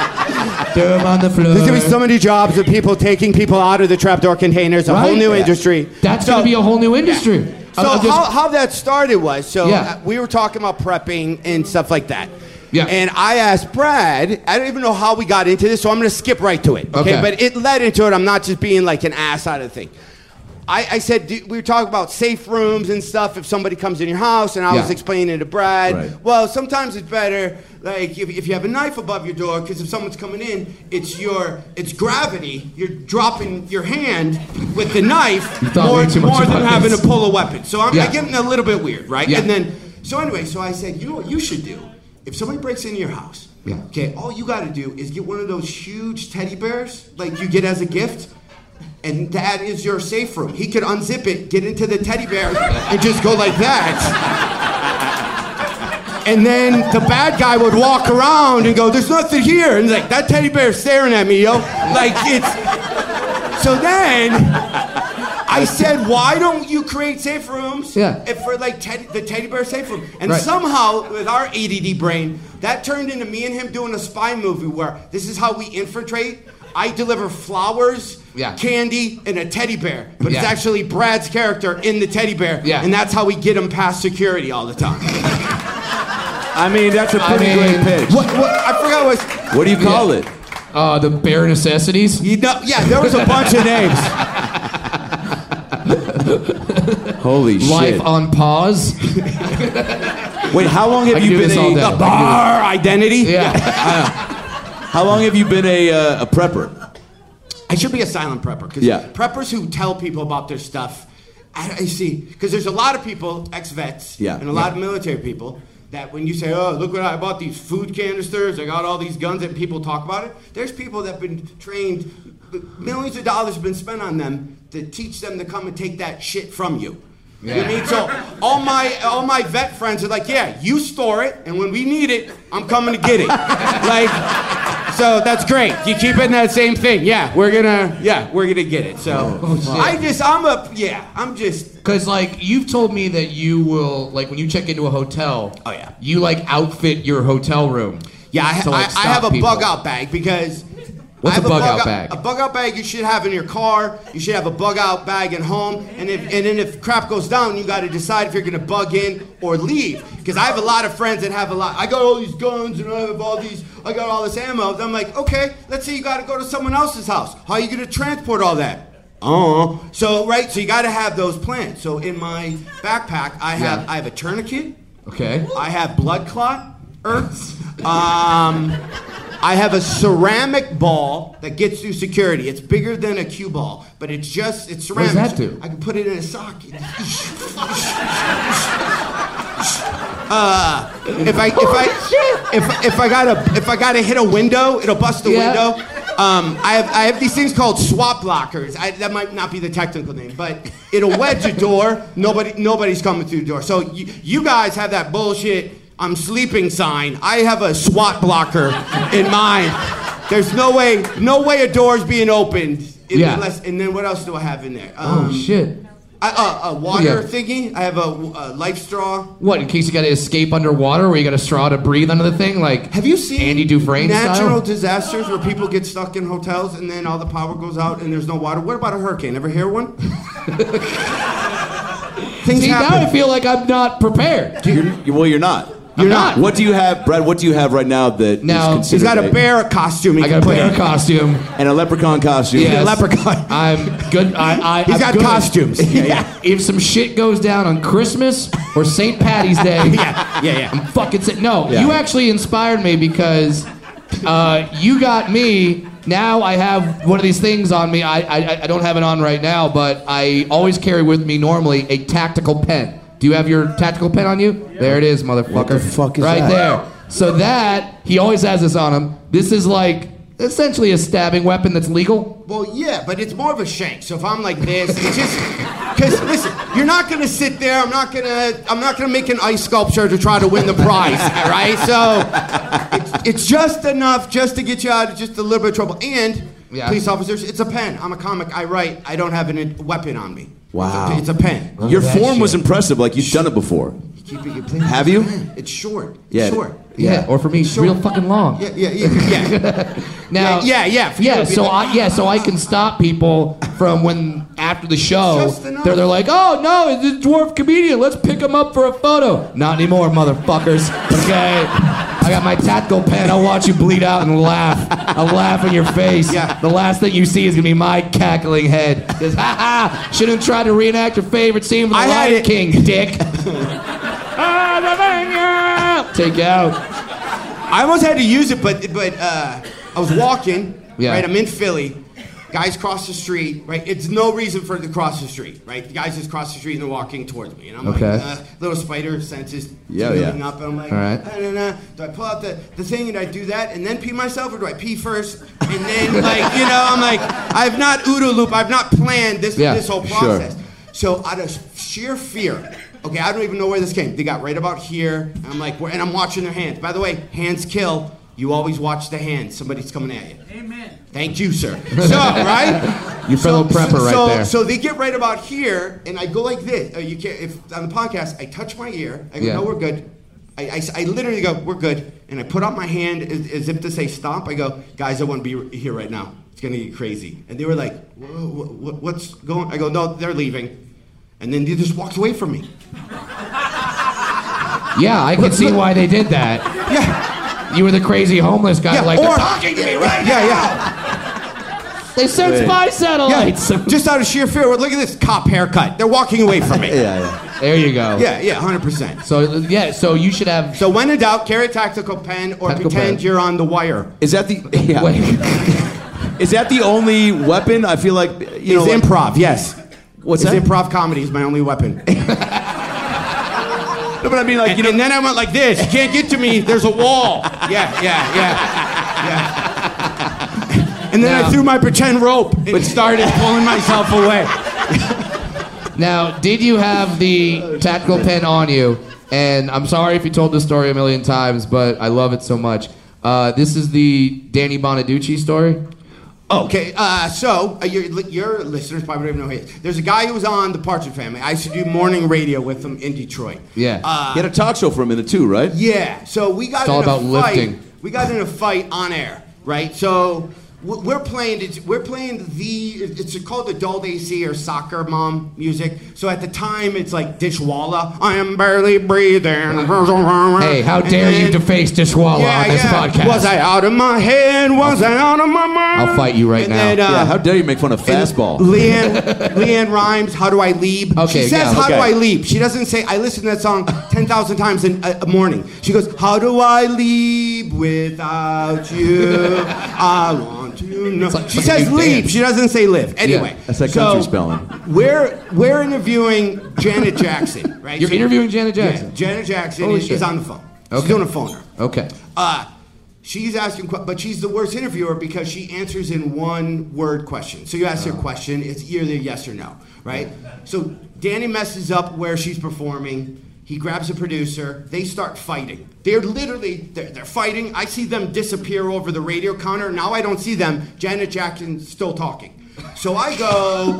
E: Throw them on the floor.
G: There's gonna be so many jobs of people taking people out of the trapdoor containers, a whole
E: Right?
G: new
E: Yeah.
G: industry.
E: That's
G: So-
E: going to be a whole new industry.
G: So
E: Uh, just-
G: how, how that started was so
E: Yeah.
G: uh, we were talking about prepping and stuff like that.
E: Yeah.
G: And I asked Brad, I don't even know how we got into this, so I'm going to skip right to it.
E: Okay.
G: But it led into it. I'm not just being like an ass out of the thing. I, I said, "Do- we were talking about safe rooms and stuff if somebody comes in your house, and I was
E: Yeah.
G: explaining to Brad,
B: Right.
G: well, sometimes it's better, like, if, if you have a knife above your door, because if someone's coming in, it's your, it's gravity. You're dropping your hand with the knife
E: You thought
G: more,
E: way too much
G: more than
E: about
G: having to
E: this.
G: pull a weapon. So I'm,
E: Yeah.
G: I get getting a little bit weird, right?
E: Yeah.
G: And then, so anyway, so I said, you know what you should do? If somebody breaks into your house,
E: Yeah.
G: okay, all you got to do is get one of those huge teddy bears, like you get as a gift, and that is your safe room. He could unzip it, get into the teddy bear, and just go like that. And then the bad guy would walk around and go, "There's nothing here," and he's like that teddy bear is staring at me, yo. Like it's. So then. I said, why don't you create safe rooms
E: Yeah.
G: if for like teddy, the teddy bear safe room? And
E: Right.
G: somehow, with our ADD brain, that turned into me and him doing a spy movie where this is how we infiltrate. I deliver flowers,
E: Yeah.
G: candy, and a teddy bear, but it's
E: Yeah.
G: actually Brad's character in the teddy bear,
E: Yeah.
G: and that's how we get him past security all the time.
B: I mean, that's a
E: I
B: pretty
E: mean,
B: great pitch.
G: what, what, I forgot what.
B: What do you call
E: Yeah.
B: it?
E: Uh, the bare necessities.
G: You know, yeah, there was a bunch of names.
B: Holy
E: Life
B: shit!
E: on pause.
B: Wait, how long have
E: I
B: you
E: do
B: been
E: this all
B: a
E: day.
B: the
E: I
B: bar-
E: do
G: Bar identity.
E: Yeah.
B: How long have you been a uh, a prepper?
G: I should be a silent prepper because
B: Yeah.
G: preppers who tell people about their stuff, I, I see. Because there's a lot of people, ex vets,
B: Yeah,
G: and a lot
B: yeah.
G: of military people, that when you say, oh, look what I bought these food canisters, I got all these guns, and people talk about it, there's people that have been trained, millions of dollars have been spent on them to teach them to come and take that shit from you. You know what I mean? So all my all my vet friends are like, yeah, you store it, and when we need it, I'm coming to get it. like, so that's great. You keep it in that same thing. Yeah, we're gonna yeah, we're gonna get it. So
B: Oh,
G: I just I'm a yeah, I'm just
E: Because, like, you've told me that you will, like, when you check into a hotel,
G: Oh, yeah.
E: you, like, outfit your hotel room.
G: yeah, I,
E: to, like,
G: I, I
E: stop
G: have a
E: people.
G: bug out bag because
E: What's
G: I have
E: a bug out bag?
G: A bug out bag you should have in your car. You should have a bug out bag at home. And if and then if crap goes down, you got to decide if you're gonna bug in or leave. Because I have a lot of friends that have a lot. I got all these guns and I have all these. I got all this ammo. I'm like, okay, let's say you got to go to someone else's house. How are you gonna transport all that? Oh, so right, so you got to have those plans. So in my backpack, I have
E: Yeah.
G: I have a tourniquet.
E: Okay.
G: I have blood clot. er, Um, I have a ceramic ball that gets through security. It's bigger than a cue ball, but it's just it's
E: does
G: ceramic.
E: that do?
G: I can put it in a socket. Uh, if I if I if, if I gotta if I gotta hit a window, it'll bust the
E: Yeah.
G: window. Um, I have I have these things called swap lockers. I, that might not be the technical name, but it'll wedge a door. Nobody nobody's coming through the door. So you, you guys have that bullshit. I'm sleeping sign. I have a SWAT blocker in mine. There's no way no way a door's being opened
E: Yeah.
G: unless. And then what else do I have in there? Um,
E: oh, shit.
G: I, uh, a
E: do you
G: water
E: have?
G: thingy. I have a, a life straw.
E: What, in case you got to escape underwater where you got a straw to breathe under the thing? Like,
G: Have you seen
E: Andy Dufresne
G: natural
E: style?
G: disasters where people get stuck in hotels and then all the power goes out and there's no water? What about a hurricane? Ever hear one? Things
E: See, now I
G: happen.
E: feel like I'm not prepared.
B: You're, you- well, you're not.
E: You're not.
B: What do you have, Brad? What do you have right now that
E: Now-
B: is
G: He's
B: considered
G: got a bear costume. He
E: I
G: can
E: got a
G: put
E: bear
G: in.
E: costume.
B: and a leprechaun costume?
E: Yes.
G: leprechaun.
E: I'm good. I, I,
G: He's
E: I'm
G: got
E: good.
G: costumes. Yeah, yeah.
E: If some shit goes down on Christmas or St. Patty's Day,
G: Yeah, yeah, yeah.
E: I'm fucking sick. No,
B: Yeah.
E: you actually inspired me because uh, you got me. Now I have one of these things on me. I, I I don't have it on right now, but I always carry with me normally a tactical pen. Do you have your tactical pen on you? There it is, motherfucker.
B: the fuck is
E: right
B: that?
E: there. So that he always has this on him. This is like essentially a stabbing weapon that's legal.
G: Well, yeah, but it's more of a shank. So if I'm like this, it's just because listen, you're not gonna sit there. I'm not gonna. I'm not gonna make an ice sculpture to try to win the prize. all right, so it's, it's just enough just to get you out of just a little bit of trouble. And
E: Yeah.
G: police officers, it's a pen. I'm a comic. I write. I don't have an, a weapon on me.
B: Wow.
G: it's a, it's a pen.
B: Your
E: that
B: form was
E: shit.
B: impressive. Like you've done it before.
G: Keeping it clean.
B: Have you?
G: It's short. It's
B: Yeah.
G: Short.
E: Yeah. Or for me, it's real fucking long.
G: Yeah. Yeah. Yeah. Yeah.
E: Now,
G: Yeah, yeah, yeah, for you
E: yeah.
G: to be
E: So
G: like- "Ah."
E: I, yeah, so I can stop people from when after the show
G: Just enough.
E: they're they're like, oh no, it's a dwarf comedian. Let's pick him up for a photo. Not anymore, motherfuckers. Okay. I I got my tactical pen. I'll watch you bleed out and laugh. I'll laugh in your face.
G: Yeah.
E: The last thing you see is gonna be my cackling head. Just ha ha. Should have tried to reenact your favorite scene from The
B: I had
E: Lion
B: it.
E: King, Dick. Take out.
G: I almost had to use it, but but uh, I was walking.
E: Yeah.
G: Right, I'm in Philly. Guys cross the street. Right, it's no reason for it to cross the street. Right, the guys just cross the street and they're walking towards me, and I'm
E: Okay.
G: like, uh, little spider senses
B: Yeah,
G: moving
B: yeah.
G: up, and I'm like,
E: All right.
G: "Ah, nah, nah." do I pull out the, the thing and I do that and then pee myself, or do I pee first and then like you know I'm like I've not OODA loop, I've not planned this
E: Yeah,
G: this whole
B: sure.
G: process. So out of sheer fear, okay, I don't even know where this came. They got right about here. And I'm like, where- and I'm watching their hands. By the way, hands kill. You always watch the hands. Somebody's coming at you. Amen. Thank you, sir. So right,
E: Your fellow prepper right
G: so,
E: there.
G: So they get right about here, and I go like this. Oh, you can't. If on the podcast, I touch my ear. I go,
E: Yeah.
G: no, we're good. I, I s- I literally go, we're good, and I put out my hand as, as if to say stop. I go, guys, I wouldn't be r- here right now. It's gonna get crazy. And they were like, whoa, wha- wha- what's going? I go, no, they're leaving. And then they just walked away from me.
E: Yeah, I can see why they did that.
G: Yeah,
E: You were the crazy homeless guy.
G: yeah.
E: like "Ah,
G: or
E: "They're talking-
G: talking to me right yeah, now.
E: they sent spy
G: Yeah, yeah.
E: satellites.
G: Just out of sheer fear. Look at this cop haircut. They're walking away from me.
B: Yeah, yeah.
E: there you go.
G: yeah, yeah, hundred percent.
E: So yeah, so you should have.
G: So when in doubt, carry a tactical pen or
E: Tactical
G: pretend
E: pen.
G: you're on the wire.
B: Is that the yeah.
E: Wait.
B: Is that the only weapon? I feel like you know.
G: It's
B: like-
G: improv, yes.
B: What's
G: it's
B: that?
G: improv comedy is my only weapon.
B: No, but I mean like you know.
G: and then I went like this. You can't get to me. There's a wall. Yeah, yeah, yeah, yeah. And then
E: Now-
G: I threw my pretend rope and started pulling myself away.
E: Now, did you have the tactical pen on you? And I'm sorry if you told this story a million times, but I love it so much. Uh, this is the Danny Bonaducci story.
G: Okay, uh, so uh, your, your listeners probably don't even know who he is. There's a guy who was on the Partridge Family. I used to do morning radio with him in Detroit.
E: Yeah.
G: Uh,
B: You had a talk show for a minute too, right?
G: Yeah. So we got
E: It's all
G: in a
E: about
G: fight.
E: lifting.
G: We got in a fight on air, right? So w- we're playing. it's- We're playing the. It's called adult AC or soccer mom music. So at the time, it's like Dishwalla. I am barely breathing.
E: Hey, how
G: And
E: dare you
G: then-
E: deface Dishwalla
G: yeah,
E: on this
G: yeah.
E: podcast?
G: Was I out of my head? Was I out of my mind?
E: I'll fight you right
G: And
E: now.
G: then, uh,
B: Yeah, how dare you make fun of fastball?
G: Leanne, Leanne rhymes. How do I leap?
E: Okay,
G: she says,
E: yeah,
G: "How do
B: okay.
G: I leap?" She doesn't say. I listen to that song ten thousand times in a, a morning. She goes, "How do I leap without you? I want to know."
E: like-
G: she
E: like
G: says,
E: you
G: "Leap."
E: dance.
G: She doesn't say "live." Anyway,
B: That's that country
G: so
B: spelling.
G: We're we're interviewing Janet Jackson, right?
E: You're interviewing Janet Jackson?
G: Yeah, Janet Jackson
E: Holy
G: is,
E: shit.
G: is on the phone.
E: Okay.
G: She's doing a phoner.
E: Okay.
G: Uh, she's asking, que- but she's the worst interviewer because she answers in one word question. So you ask her a question, it's either yes or no, right? So Danny messes up where she's performing. He grabs a producer. They start fighting. They're literally they're, they're fighting. I see them disappear over the radio counter. Now I don't see them. Janet Jackson's still talking. So I go,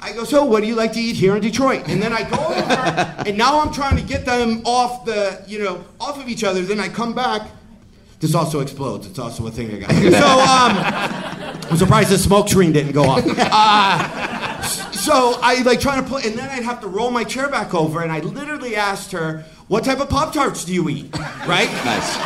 G: I go. So what do you like to eat here in Detroit? And then I go over, and now I'm trying to get them off the you know off of each other. Then I come back. This also explodes. It's also a thing I got. so um, I'm surprised the smoke screen didn't go off. Uh, s- so I like trying to put, and then I'd have to roll my chair back over, and I literally asked her, "What type of pop tarts do you eat?" Right?
B: Nice.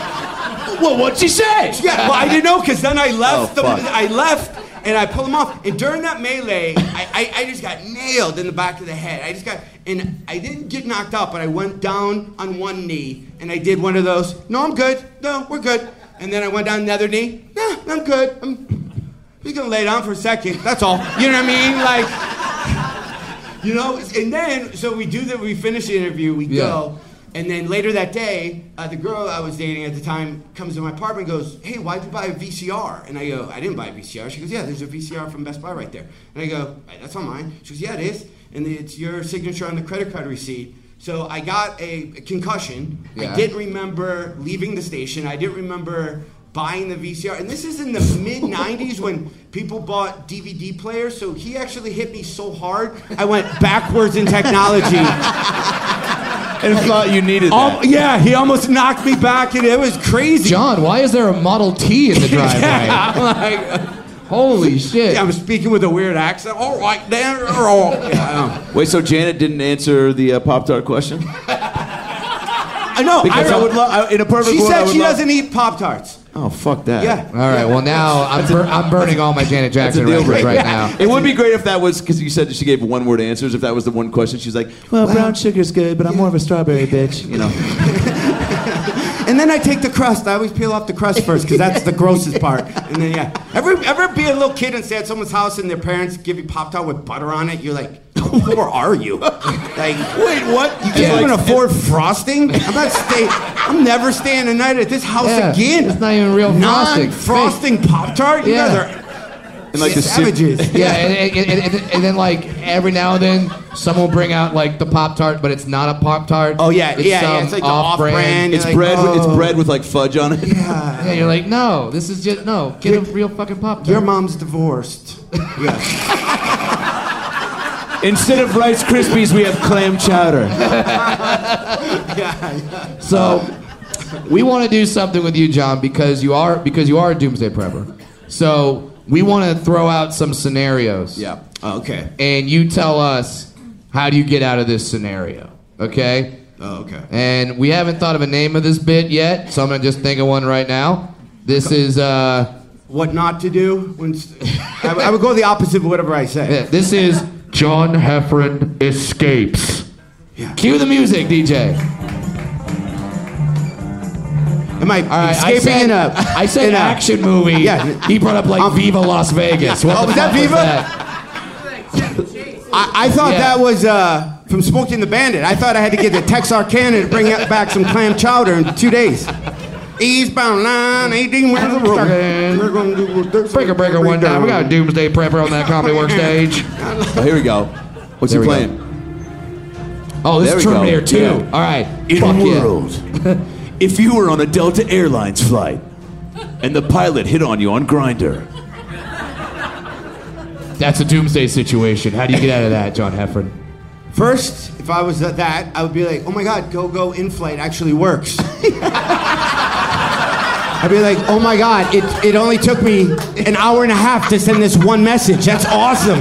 E: Well, what'd she say?
G: Yeah, well, I didn't know because then I left.
B: Oh,
G: the,
B: fuck.
G: I left and I pulled him off. And during that melee, I, I, I just got nailed in the back of the head. I just got, and I didn't get knocked out, but I went down on one knee and I did one of those. No, I'm good. No, we're good. And then I went down another knee. No, I'm good. I'm. You can lay down for a second. That's all. You know what I mean? Like. You know, and then so we do that. We finish the interview. We
E: Yeah.
G: go, and then later that day, uh, the girl I was dating at the time comes to my apartment. and Goes, hey, why'd you buy a VCR? And I go, I didn't buy a VCR. She goes, yeah, there's a VCR from Best Buy right there. And I go, "Hey, that's not mine. She goes, yeah, it is, and it's your signature on the credit card receipt. So I got a concussion.
E: Yeah.
G: I didn't remember leaving the station. I didn't remember buying the VCR. And this is in the mid 90s when people bought DVD players. So he actually hit me so hard, I went backwards in technology.
B: And thought you needed
G: Al-
B: that.
G: yeah, he almost knocked me back, and it was crazy.
E: John, why is there a Model T in the driveway?
G: Yeah, I'm like,
E: Holy shit.
G: yeah, I'm speaking with a weird accent. All right, then. all right. Yeah, I know.
B: Wait, so Janet didn't answer the uh, Pop Tart question?
G: I know.
B: Because I,
G: I,
B: would love, I, in a perfect
G: She
B: world, I
G: said
B: would
G: she
B: love-
G: doesn't eat Pop Tarts.
B: Oh, fuck that.
G: Yeah.
E: All right. Well, now I'm, bur- I'm burning all my Janet
B: That's a
E: Jackson
B: deal
E: records
B: breaker.
E: right now.
B: It would be great if that was because you said that she gave one word answers. If that was the one question, she's like, "Well, brown sugar's good, but I'm more of a strawberry bitch," you know.
G: And then I take the crust. I always peel off the crust first because that's the grossest part. And then yeah, ever ever be a little kid and stay at someone's house and their parents give you pop tart with butter on it? You're like, who are you? Like, wait, what? You can't
B: like-
G: even afford frosting? I'm not stay. I'm never staying a night at this house
E: Yeah,
G: again.
E: it's not even real frosting.
G: frosting pop tart. You
E: Yeah.
G: guys are
B: And like the sim-
G: savages.
E: Yeah, and, and, and, and, and then like every now and then someone will bring out like the Pop Tart, but it's not a Pop Tart.
G: Oh yeah, yeah, yeah.
E: some
G: It's like the off-brand.
B: It's
G: You're like,
B: bread. It's
G: "Oh,
B: bread with like fudge on it.
E: Yeah, you're like, no, this is just no. Get a real fucking Pop
G: Your
E: Tart.
G: mom's divorced. Yeah.
B: Instead of Rice Krispies, we have clam chowder.
E: So we want to do something with you, John, because you are because you are a doomsday prepper. So we want to throw out some scenarios.
B: Yeah. Oh, okay.
E: And you tell us how do you get out of this scenario? Okay.
B: Oh, okay.
E: And we haven't thought of a name of this bit yet, so I'm gonna just think of one right now. This is uh,
G: What not to do? When s- I, I would go the opposite of whatever I say.
E: yeah, Uh, this is John Heffron escapes. Cue the music, DJ.
G: Am I
E: All right, I
G: escaping
E: said,
G: in a?
E: I said
G: in a-
E: action movie.
G: Yeah. Um,
E: He brought up like Viva Las Vegas. What
G: Oh,
E: the
G: was that
E: fuck
G: Viva?
E: that?
G: I, I thought
E: Yeah.
G: that was uh, from Smoking the Bandit. I thought I had to get to Texarkana to bring up- back some clam chowder in two days. Eastbound line, 18 wheels of road.
E: Fucking
G: We're gonna do what they're-
E: Breaker Breaker one time. We got a doomsday prepper on that comedy work stage.
B: Oh, here we go. What's
E: There
B: he
E: we go.
B: playing?
E: Oh, this
B: There
E: is
B: we go.
E: Terminator 2.
B: Yeah.
E: All right. Fuck yeah.
B: if you were on a Delta Airlines flight and the pilot hit on you on Grinder,
E: That's a doomsday situation. How do you get out of that, John Heffron?
G: First, if I was at that, I would be like, oh my God, go go in flight actually works. I'd be like, oh my God, it, it only took me an hour and a half to send this one message. That's awesome.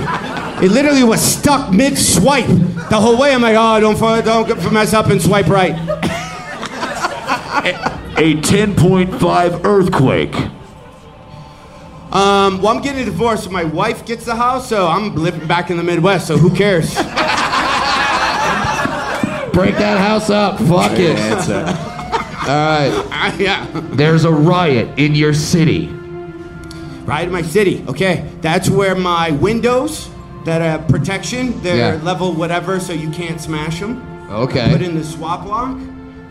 G: It literally was stuck mid swipe the whole way. I'm like, oh, don't, fu- don't mess up and swipe right.
B: a 10.5 earthquake.
G: Um, well, I'm getting a divorce, so my wife gets the house, so I'm living back in the Midwest, so who cares?
E: Break that house up. Fuck it. All right.
G: yeah.
E: There's a riot in your city.
G: Right in my city. Okay, that's where my windows that have protection, they're
E: Yeah.
G: level whatever, so you can't smash them.
E: Okay.
G: Put in the swap lock.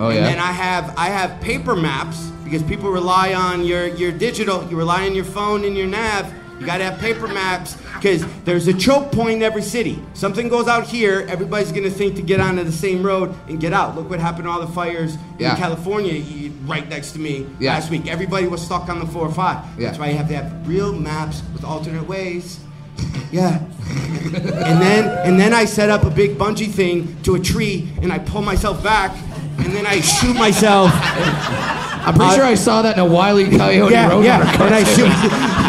E: Oh,
G: and
E: yeah.
G: then I have I have paper maps because people rely on your your digital. You rely on your phone and your nav. You gotta have paper maps because there's a choke point in every city. Something goes out here, everybody's gonna think to get onto the same road and get out. Look what happened to all the fires
E: Yeah.
G: in California y- right next to me
E: Yeah.
G: last week. Everybody was stuck on the 405.
E: Yeah.
G: That's why you have to have real maps with alternate ways. Yeah. and then and then I set up a big bungee thing to a tree and I pull myself back and then I shoot myself.
E: I'm pretty sure I saw that in a Wiley Coyote
G: yeah,
E: Roadrunner
G: yeah. And I
E: cartoon.
G: shoot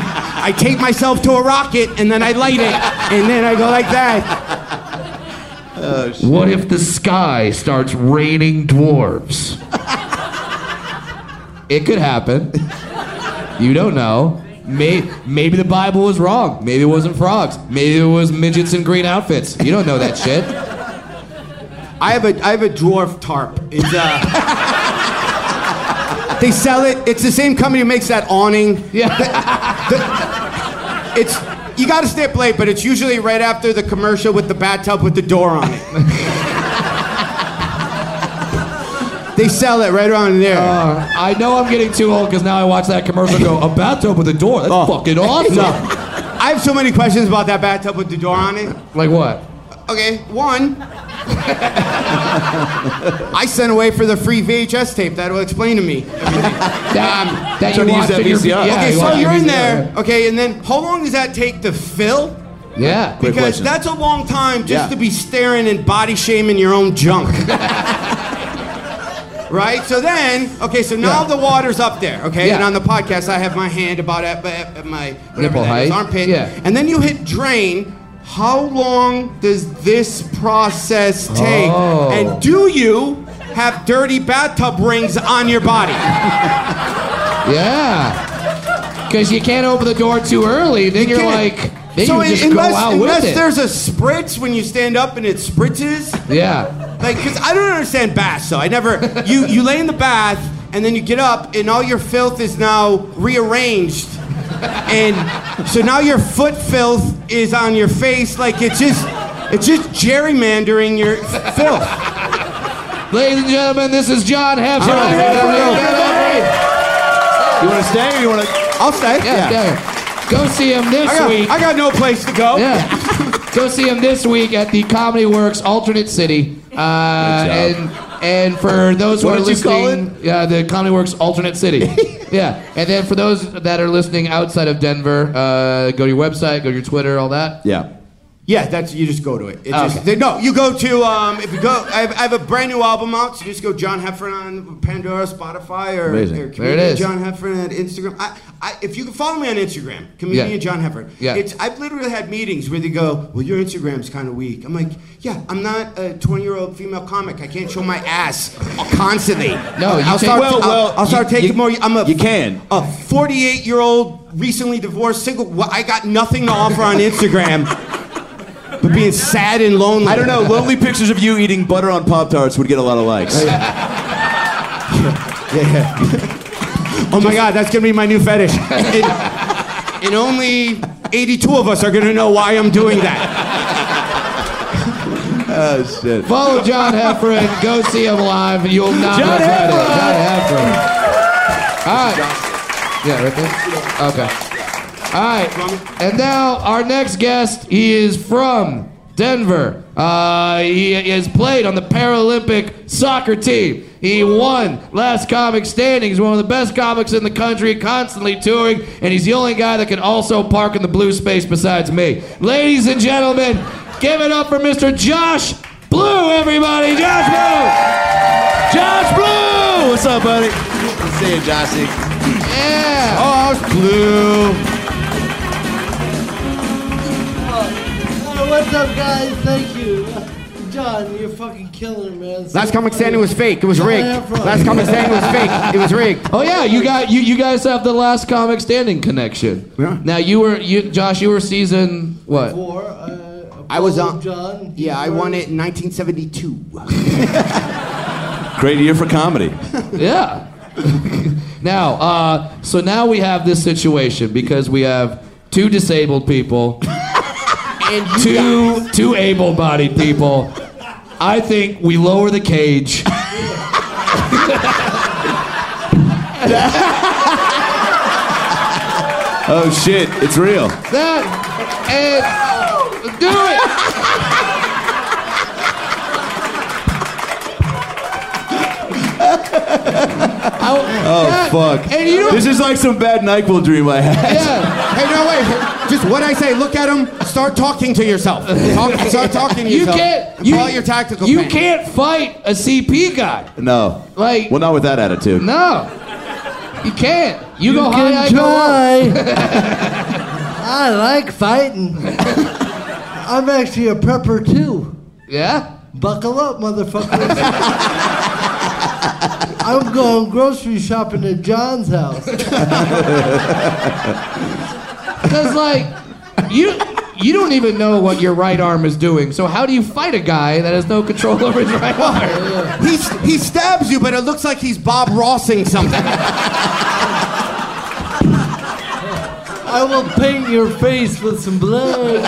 G: I take myself to a rocket and then I light it and then I go like that.
E: What if the sky starts raining dwarves? it could happen. You don't know. Maybe, maybe the Bible was wrong. Maybe it wasn't frogs. Maybe it was midgets in green outfits. You don't know that shit.
G: I have a I have a dwarf tarp. It's uh They sell it. It's the same company who makes that awning.
E: Yeah.
G: It's you got to stay up late, but it's usually right after the commercial with the bathtub with the door on it. they sell it right around there.
E: Uh, I know I'm getting too old because now I watch that commercial and go, a bathtub with a door. That's fucking awesome.
G: Oh. no, I have so many questions about that bathtub with the door on it.
E: Like what?
G: Okay, one. I sent away for the free VHS tape. That'll explain to me.
E: That, that
B: Trying
E: you
B: to use
E: watch
B: that
E: in your
B: VCR.
E: yeah,
G: Okay,
E: you
G: so
E: watch
G: you're in
E: VCR.
G: there. Okay, and then how long does that take to fill?
E: Yeah.
G: Because
B: question.
G: that's a long time just
B: Yeah.
G: to be staring and body shaming your own junk. right? So then, okay, so now
E: Yeah.
G: the water's up there, okay? And
E: Yeah.
G: on the podcast, I have my hand about at, at, at my whatever
E: Nipple
G: that is,
E: height?
G: armpit.
E: Yeah.
G: And then you hit drain. How long does this process take?
E: Oh.
G: And do you have dirty bathtub rings on your body.
E: Yeah. Because you can't open the door too early. Then you are
G: can't.
E: like, then
G: so
E: you just
G: unless,
E: go out
G: unless
E: with it.
G: there's a spritz when you stand up and it spritzes,
E: yeah.
G: like, cause I don't understand baths. So I never. You you lay in the bath and then you get up and all your filth is now rearranged, and so now your foot filth is on your face. Like it's just it's just gerrymandering your filth.
E: Ladies and gentlemen, this is John Heffernan.
B: John
E: Yeah,
B: You want to stay or you want to?
G: I'll stay.
E: yeah. yeah. Go see him this
G: I got,
E: week.
G: I got no place to go.
E: Yeah. Go see him this week at the Comedy Works Alternate City. Uh, and and for those
B: What
E: who are
B: did you call
E: listening, yeah, the Comedy Works Alternate City. yeah. And then for those that are listening outside of Denver, uh, go to your website, go to your Twitter, all that.
B: Yeah.
G: Yeah, that's you. Just go to it. It just,
E: Oh, Okay.
G: no, you go to um. If you go, I have, I have a brand new album out. So you just go John Heffernan, Pandora, Spotify, or,
B: Amazing.
G: or
E: There it
G: comedian
E: is.
G: John Heffernan Instagram. I, I, if you can follow me on Instagram, comedian
E: Yeah.
G: John Heffernan.
E: Yeah.
G: It's I've literally had meetings where they go, well, your Instagram's kind of weak. I'm like, yeah, I'm not a 20 year old female comic. I can't show my ass constantly.
E: No, you
G: I'll
E: take-
G: start.
B: Well,
G: I'll,
B: well,
G: I'll start
B: you-
G: taking
B: you-
G: more. I'm a
B: you can.
G: a 48 year old recently divorced single. Wh- I got nothing to offer on Instagram but being sad and lonely.
B: I don't know. Lonely pictures of you eating butter on Pop Tarts would get a lot of likes.
G: Oh my God, that's gonna be my new fetish. and, and only 82 of us are gonna know why I'm doing that.
B: Oh, shit.
E: Follow John Heffernan. Go see him live. You'll not
B: John
E: regret it.
B: Heffernan!
E: John Heffernan. All right. Yeah, right there. Okay. All right. And now our next guest. He is from Denver. Uh, he is played on the Paralympic soccer team. He won last comic standing. He's one of the best comics in the country, constantly touring, and he's the only guy that can also park in the blue space besides me. Ladies and gentlemen, give it up for Mr. Josh Blue, everybody. Josh Blue.
B: Josh Blue! What's up, buddy? Good seeing you, Joshy.
E: Yeah.
B: Josh Blue.
H: Uh, what's up, guys? Thank you. John, you're fucking killing, man.
G: Last comic standing was fake. It was rigged.
H: Heffernan.
G: Last comic standing was fake. It was rigged.
E: Oh yeah, you got you, you guys have the last comic standing connection.
G: Yeah.
E: Now you were you Josh, you were season what?
H: Four, uh,
G: I was
H: Apollo
G: on-
H: John.
G: Yeah, I
H: you
G: won
H: were-
G: it in 1972.
B: Great year for comedy.
E: Yeah. now, uh, so now we have this situation because we have two disabled people and two two able-bodied people. I think we lower the cage.
B: Oh, shit. It's real.
E: That and do it.
B: Oh, fuck.
E: And you don't-
B: this is like some bad NyQuil dream I had.
E: Yeah.
G: Hey, no, wait. Just what I say. Look at him. Start talking to yourself. Talk, start talking to
E: You
G: yourself.
E: can't.
G: And
E: You,
G: follow your tactical.
E: You
G: plan.
E: can't fight a CP guy.
B: No.
E: Like
B: Well, not with that attitude.
E: No, you can't. You, go high, I go low.
H: I like fighting. I'm actually a prepper, too.
E: Yeah.
H: Buckle up, motherfuckers. I'm going grocery shopping at John's house.
E: Because like you you don't even know what your right arm is doing. So how do you fight a guy that has no control over his right arm?
G: He, he stabs you, but it looks like he's Bob Rossing something.
H: I will paint your face with some blood.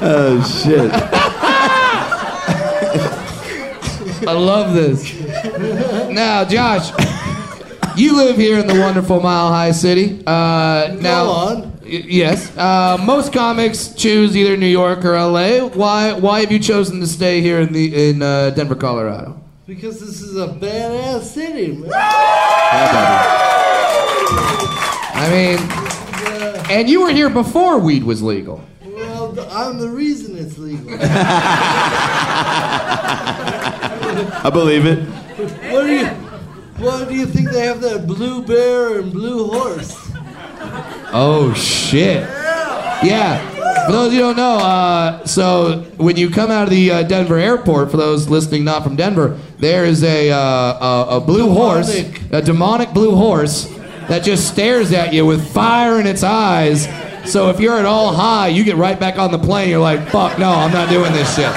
B: Oh, shit.
E: I love this. Now, Josh, you live here in the wonderful Mile High City. Uh, now,
H: on.
E: Y- yes. Uh, most comics choose either New York or L.A. Why? Why have you chosen to stay here in the in uh, Denver, Colorado?
H: because this is a badass city, man.
E: I mean, and you were here before weed was legal.
H: Well, th- I'm the reason it's legal.
B: I believe it.
H: What do you? What do you think they have that blue bear and blue horse?
E: Oh shit. Yeah. For those of you who don't know, uh, so when you come out of the uh, Denver airport, for those listening not from Denver, there is a, uh, a, a blue horse,
H: Demonic.
E: a demonic blue horse that just stares at you with fire in its eyes. So if you're at all high, you get right back on the plane. You're like, fuck, no, I'm not doing this shit.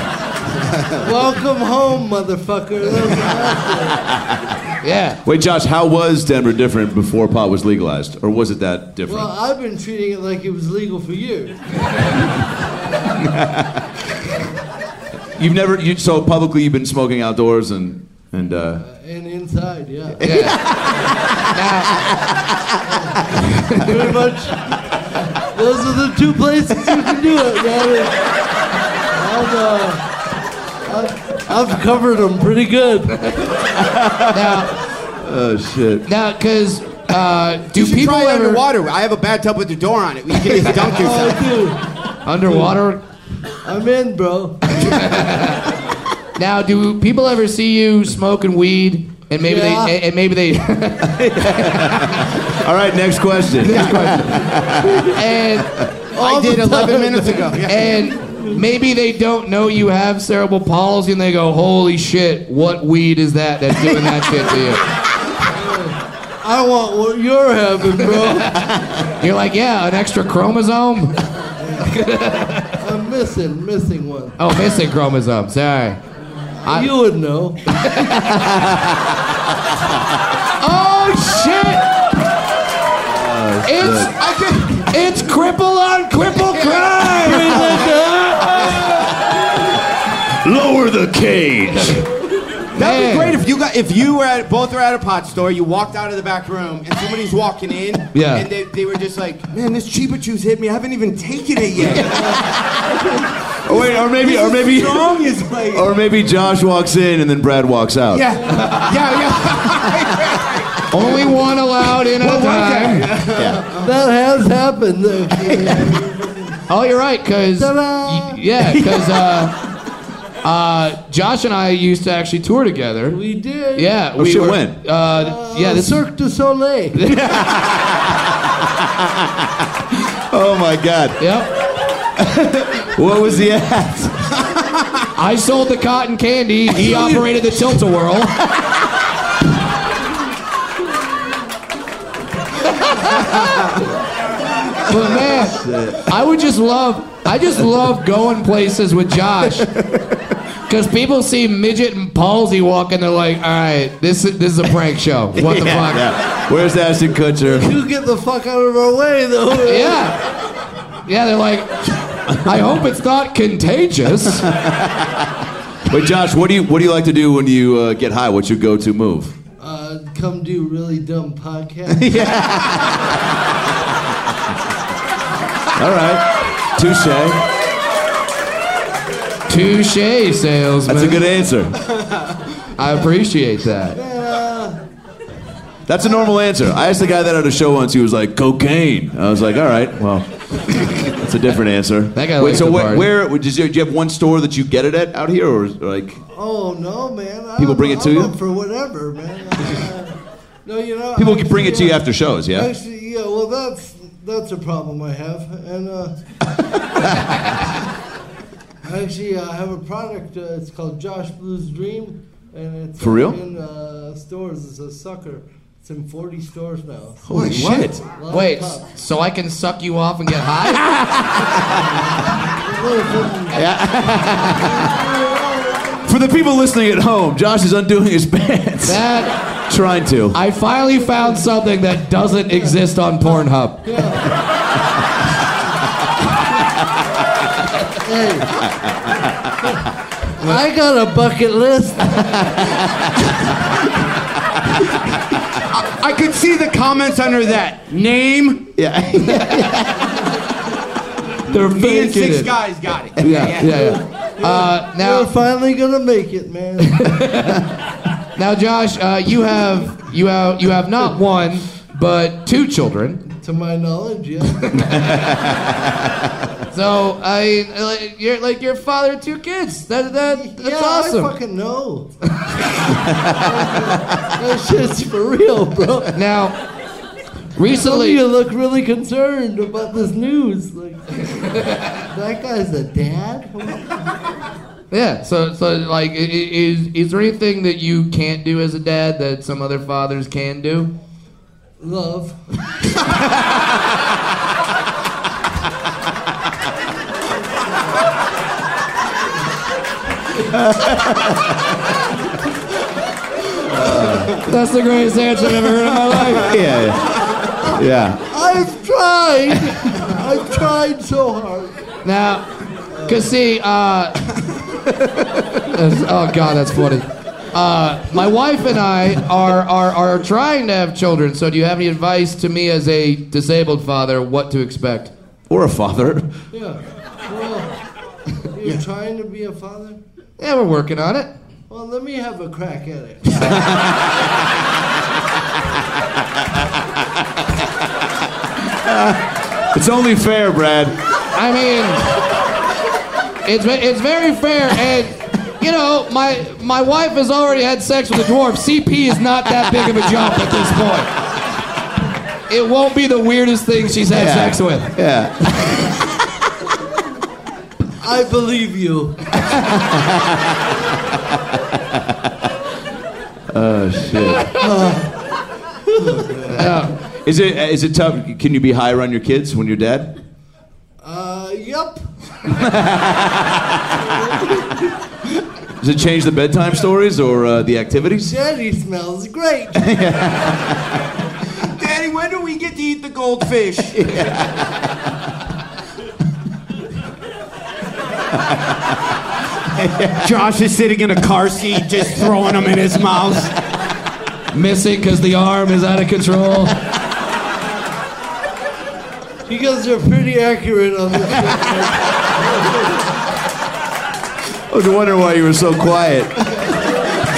H: Welcome home, motherfucker.
E: Yeah.
B: Wait, Josh, how was Denver different before pot was legalized, or was it that different?
H: Well, I've been treating it like it was legal for you.
B: You've never you, so publicly you've been smoking outdoors and and uh,
H: And inside, yeah.
E: Now,
H: Pretty much. Those are the two places you can do it, man. I've, uh, I've, I've covered them pretty good.
E: now,
B: oh shit.
E: now, because uh, do
G: You should
E: people
G: try
E: ever
G: underwater. I have a bathtub with a door on it. You can just dunk yourself.
H: Oh,
G: Hmm.
E: underwater?
H: dude, I'm in, bro.
E: Now, do people ever see you smoking weed? And maybe
H: Yeah.
E: they, and- and maybe they,
B: All right, next question.
E: and
G: I did 11 minutes ago. Yeah.
E: and maybe they don't know you have cerebral palsy, and they go, "Holy shit, what weed is that that's doing that shit to
H: I want what you're having, bro.
E: you?" You're like, "Yeah, an extra chromosome."
H: I'm missing, missing one.
E: Oh, missing chromosome. Sorry.
H: you would know.
E: Oh shit!
G: Oh,
E: It's it's cripple on cripple crime.
B: Lower the cage.
G: That'd
E: Man.
G: be great if you got if you were at both were at a pot store, you walked out of the back room and somebody's walking in,
E: Yeah.
G: and they, they were just like, Man, this Chiba juice hit me, I haven't even taken it yet.
B: Or wait, or maybe, or maybe,
G: Strong is like
B: or maybe Josh walks in and then Brad walks out.
G: Yeah. Yeah, yeah.
E: Only one allowed in at a time.
H: That has happened. actually.
E: Oh, you're right, because
H: Ta-da!
E: yeah, because uh, uh, Josh and I used to actually tour together.
H: we did.
E: Yeah,
B: Oh,
E: we
B: shit,
E: were-
B: when?
E: Uh, yeah,
H: Yeah, the
E: this
H: Cirque du Soleil.
B: Oh my God.
E: Yep,
B: What was the act?
E: I sold the cotton candy. He operated the tilt a whirl. But man, I would just love, I just love going places with Josh. Because people see midget and palsy walking, they're like, "All right, this is, this is a prank show. What the fuck?"
B: Yeah. Where's Ashton Kutcher?
H: You get the fuck out of our way, though.
E: Yeah. Yeah, they're like, I hope it's not contagious.
B: Wait, Josh, what do you what do you like to do when you uh, get high? What's your go-to move?
H: Uh, come do really dumb podcast.
B: All right, touche.
E: Touche, salesman.
B: That's a good answer.
E: I appreciate that.
B: That's a normal answer. I asked the guy that at a show once. He was like, "Cocaine." I was like, "All right, well, that's a different answer."
E: That guy
B: Wait,
E: likes
B: so
E: to
B: what-
E: party.
B: where? Did you, do you have one store that you get it at out here, or like?
H: oh no, man! I'm,
B: People bring it to
H: I'm
B: you?
H: up for whatever, man. Uh, no, you know. uh,
B: People
H: actually,
B: can bring it to you
H: yeah.
B: after shows, yeah?
H: Actually, yeah. Well, that's that's a problem I have, and uh, actually, I have a product. Uh, it's called Josh Blue's Dream, and it's
B: For real?
H: in uh, stores. It's a sucker. It's in 40 stores now.
B: Holy shit.
E: Wait, s- so I can suck you off and get high?
B: For the people listening at home, Josh is undoing his pants.
E: That
B: Trying to.
E: I finally found something that doesn't exist on Pornhub.
H: I got a bucket list.
G: I could see the comments under that. Name
B: Yeah.
E: They're
G: me and
E: faking
G: six
E: it.
G: guys got it.
E: Yeah, yeah, yeah. Uh,
H: We're
E: now,
H: finally gonna make it, man.
E: now, Josh, uh, you have you have you have not one but two children.
H: to my knowledge, yeah.
E: So I like, you're like your father of two kids. That, that that's
H: yeah,
E: awesome.
H: I fucking know. that shit's for real, bro.
E: now
H: Some of
E: Recently,
H: you look really concerned about this news. Like, that guy's a dad?
E: Yeah. So, so like, i- i- is is there anything that you can't do as a dad that some other fathers can do?
H: Love.
F: That's the greatest answer I've ever heard in my life.
B: yeah, yeah. yeah.
H: I've
E: Ah,
H: tried. I've tried so hard.
E: Now, cause see, uh, that's- oh god, that's funny. Uh, my wife and I are, are are trying to have children. So, do you have any advice to me as a disabled father what to expect?
B: Or a father.
H: Yeah. Well, you're trying to be a father?
E: Yeah, we're working on it.
H: Well, let me have a crack at it.
B: It's only fair, Brad.
E: I mean, it's ve- it's very fair, and you know, my my wife has already had sex with a dwarf. CP is not that big of a jump at this point. It won't be the weirdest thing she's had
B: Yeah.
E: sex with.
B: Yeah.
H: I believe you.
B: Is it is it tough? Can you be higher on your kids when you're dead?
H: Uh, yep.
B: Does it change the bedtime stories or uh, the activities?
H: Daddy smells great.
G: Daddy, when do we get to eat the goldfish? Josh is sitting in a car seat, just throwing them in his mouth.
E: Missing because the arm is out of control.
H: You guys are pretty accurate on this.
B: I was wondering why you were so quiet. It's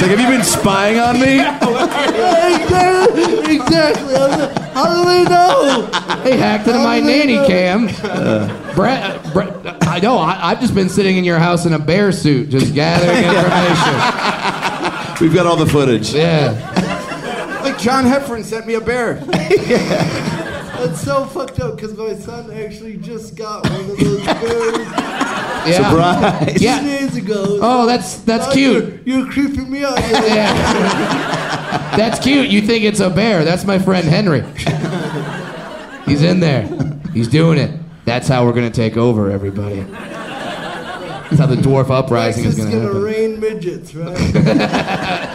B: like, have you been spying on me?
H: exactly. exactly. I was like, How do they know?
E: They hacked into my
H: How do they
E: nanny
H: know?
E: cam. Brett, Brett, I know. I, I've just been sitting in your house in a bear suit, just gathering information.
B: We've got all the footage.
E: Yeah.
G: Like John Heffron sent me a bear.
H: That's so fucked up because my son actually just got one of those birds
E: Yeah.
B: Surprise.
H: two
E: Yeah.
H: days ago.
E: Oh, that's that's
H: Now
E: cute.
H: You're, you're creeping me out. You're like,
E: Yeah. That's cute. You think it's a bear. That's my friend Henry. He's in there. He's doing it. That's how we're going to take over, everybody. That's how the dwarf uprising
H: it's
E: is going to
H: gonna
E: happen.
H: rain midgets, right?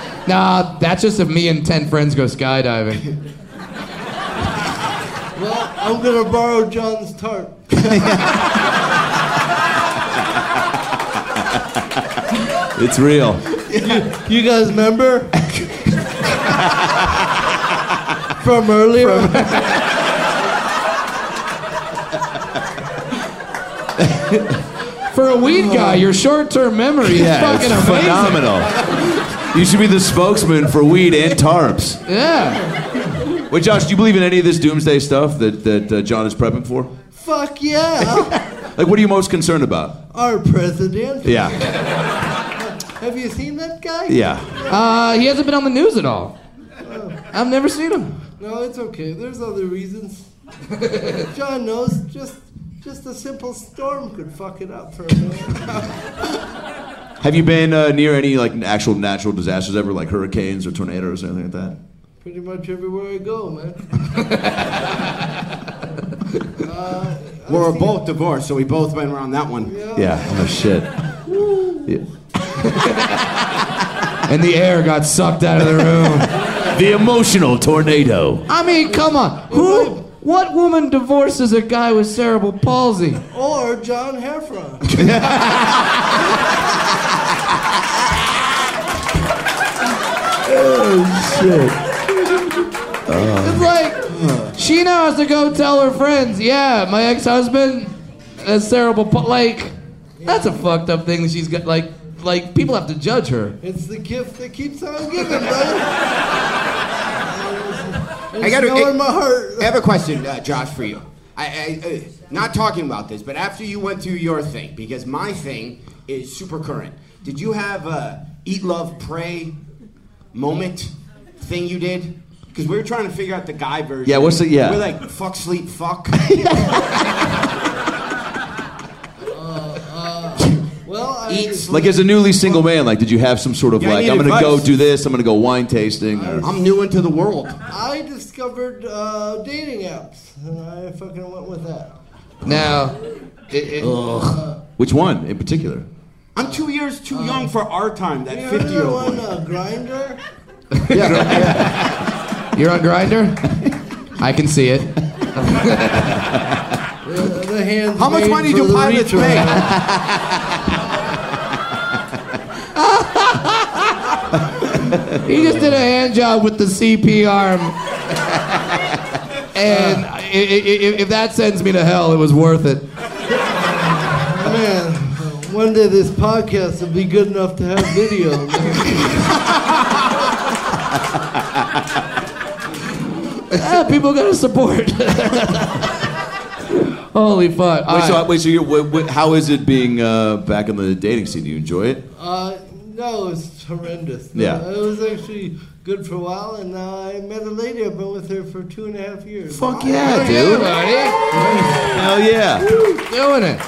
E: Nah, that's just if me and 10 friends go skydiving.
H: well, I'm gonna borrow John's tarp.
B: It's real.
H: You guys remember? From earlier?
E: For a weed guy, your short term memory is
B: Oh. Yeah,
E: fucking
B: it's
E: amazing.
B: phenomenal. You should be the spokesman for weed and tarps.
E: Yeah.
B: Wait, Josh, do you believe in any of this doomsday stuff that, that uh, John is prepping for?
H: Fuck yeah!
B: Like, what are you most concerned about?
H: Our president.
B: Yeah,
H: Have you seen that guy?
B: yeah.
E: Uh, he hasn't been on the news at all. I've never seen him.
H: No, it's okay. There's other reasons. John knows. Just, just a simple storm could fuck it up for a minute.
B: Have you been uh, near any like actual natural disasters ever, like hurricanes or tornadoes or anything like that?
H: Pretty much everywhere I go, man.
G: We're both divorced, so we both went around that one.
B: Yeah. Oh shit. Yeah.
E: And the air got sucked out of the room.
B: The emotional tornado.
E: I mean, come on. Who? What woman divorces a guy with cerebral palsy?
H: Or John Heffron.
E: It's like she now has to go tell her friends, "Yeah, my ex-husband has cerebral pa-. like." That's a fucked up thing that she's got. Like, like people have to judge her.
H: It's the gift that keeps on giving, brother.
G: I gotta-
H: It's in my heart.
G: I have a question, uh, Josh, for you. I, I, uh, not talking about this, but after you went through your thing, because my thing is super current. Did you have a eat, love, pray moment thing you did? Because we were trying to figure out the guy version.
B: Yeah, what's the- yeah.
G: We're like fuck, sleep, fuck.
H: Well, I,
G: Eat, sleep.
B: Like as a newly single man, like did you have some sort of
G: Yeah, I
B: like
G: need
B: I'm gonna go
G: advice.
B: do this, I'm gonna go wine tasting. Or...
G: I'm new into the world.
H: I discovered uh, dating apps, and I fucking went with that.
E: Now, it,
B: Oh.
E: it,
B: Which one in particular?
G: I'm two years too young for our time. That
H: You
G: 50 year
H: ever
G: old.
H: on a grinder?
E: you're on Grinder. I can see it.
H: The hands
G: How much
H: made
G: money
H: for
G: do
H: the
G: pilots
H: reach
G: make?
H: around.
E: He just did a hand job with the CP arm. And i- i- i- if that sends me to hell, it was worth it.
H: Man, one day this podcast will be good enough to have video.
E: Ah, people gotta support. Holy fuck! All
B: Wait, so,
E: right.
B: wait, so you're, wh- wh- how is it being uh, back in the dating scene? Do you enjoy it?
H: uh, no, it's horrendous.
B: Yeah.
H: It was actually good for a while, and now I met a lady. I've been with her for two and a half years.
B: Fuck yeah, dude.
E: Everybody
B: Hell yeah.
E: doing it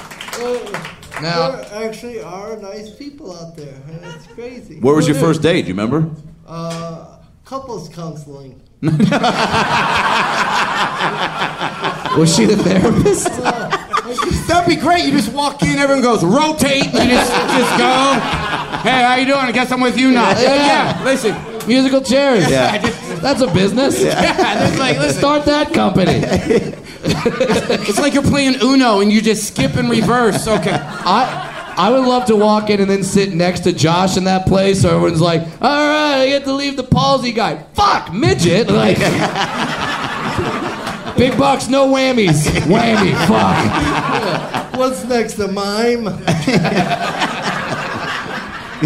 E: now.
H: There actually are nice people out there, and it's crazy.
B: Where was your first date? Do you remember?
H: Uh, couples counseling.
E: Was she the therapist?
G: That'd be great. You just walk in, everyone goes rotate. You just just go. Hey, how you doing? I guess I'm with you now.
E: Yeah.
G: listen.
E: Musical chairs.
B: Yeah.
E: That's a business.
G: Yeah, it's like listen.
E: Start that company.
G: It's like you're playing Uno and you just skip and reverse. Okay.
E: I I would love to walk in and then sit next to Josh in that place. So everyone's like, all right, I get to leave the palsy guy. Fuck, midget. Like, big bucks, no whammies. Whammy, fuck.
H: What's next, a mime?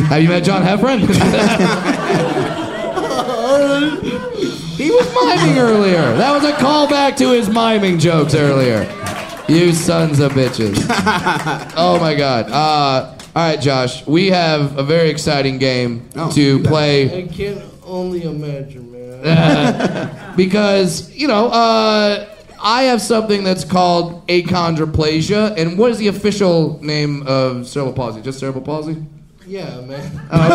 E: Have you met John Heffron? he was miming earlier. That was a callback to his miming jokes earlier. You sons of bitches. Oh my god. Uh, all right, Josh. We have a very exciting game to play.
H: I can only imagine, man.
E: because you know uh, I have something that's called achondroplasia, and what is the official name of cerebral palsy? Just cerebral palsy?
H: Yeah, man.
E: I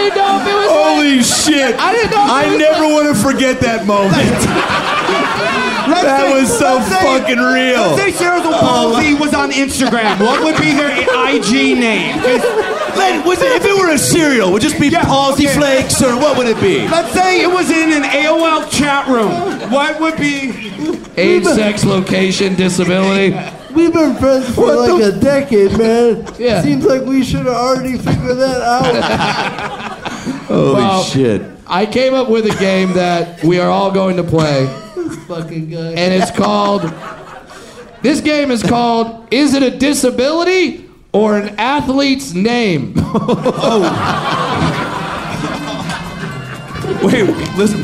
E: didn't know if it was.
B: Holy shit.
E: Oh, I didn't know. If it was
B: want to forget that moment. that was so fucking real.
G: Say Cerebral Palsy was on Instagram. What would be their IG name?
B: Len, was it, if it were a cereal, would it just be palsy
G: okay.
B: flakes or what would it be?
G: Let's say it was in an AOL chat room. What would be?
E: Age, sex, location, disability.
H: We've been friends for
B: What
H: like a decade, man.
E: Yeah.
H: Seems like we should have already figured that out.
B: Holy
E: Well-
B: shit.
E: I came up with a game that we are all going to play,
H: Fucking guy.
E: and it's called. This game is called "Is it a disability or an athlete's name?"
B: Wait, listen.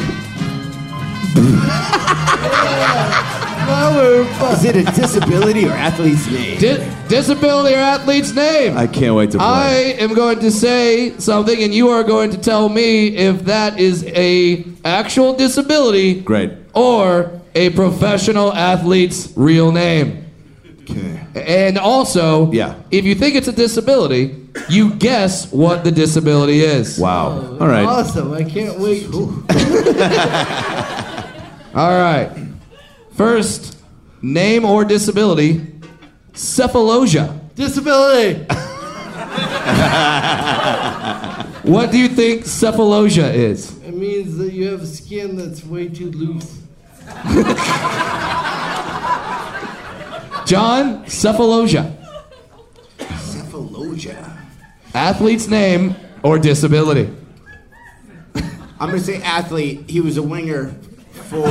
G: Is it a disability or athlete's name?
E: Di- disability or athlete's name?
B: I can't wait to play.
E: I am going to say something, and you are going to tell me if that is a actual disability
B: Great.
E: or a professional athlete's real name.
B: Okay.
E: And also,
B: Yeah.
E: if you think it's a disability, you guess what the disability is.
B: Wow. All right.
H: Awesome. I can't wait.
E: All right. First, name or disability, cephalosia.
H: Disability.
E: What do you think cephalosia is?
H: It means that you have skin that's way too loose.
E: John, cephalosia.
G: Cephalogia.
E: Athlete's name or disability?
G: I'm gonna say athlete. He was a winger for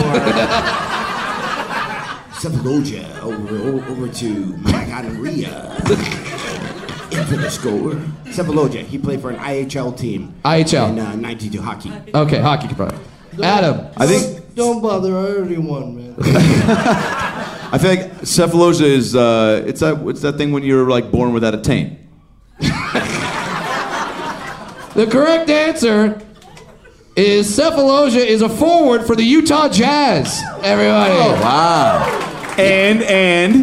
G: Cephalogia over, over to my gonorrhea. Into the score. Cephalogia. He played for an IHL team
E: IHL.
G: in uh, 92 hockey.
E: Okay, hockey probably. Adam,
B: I think
H: Don't bother. I already won, man.
B: I feel like cephalosia is uh, it's that it's that thing when you're like born without a taint.
E: the correct answer is Cephalosia is a forward for the Utah Jazz. Everybody.
B: Oh. Wow. And
E: What
B: and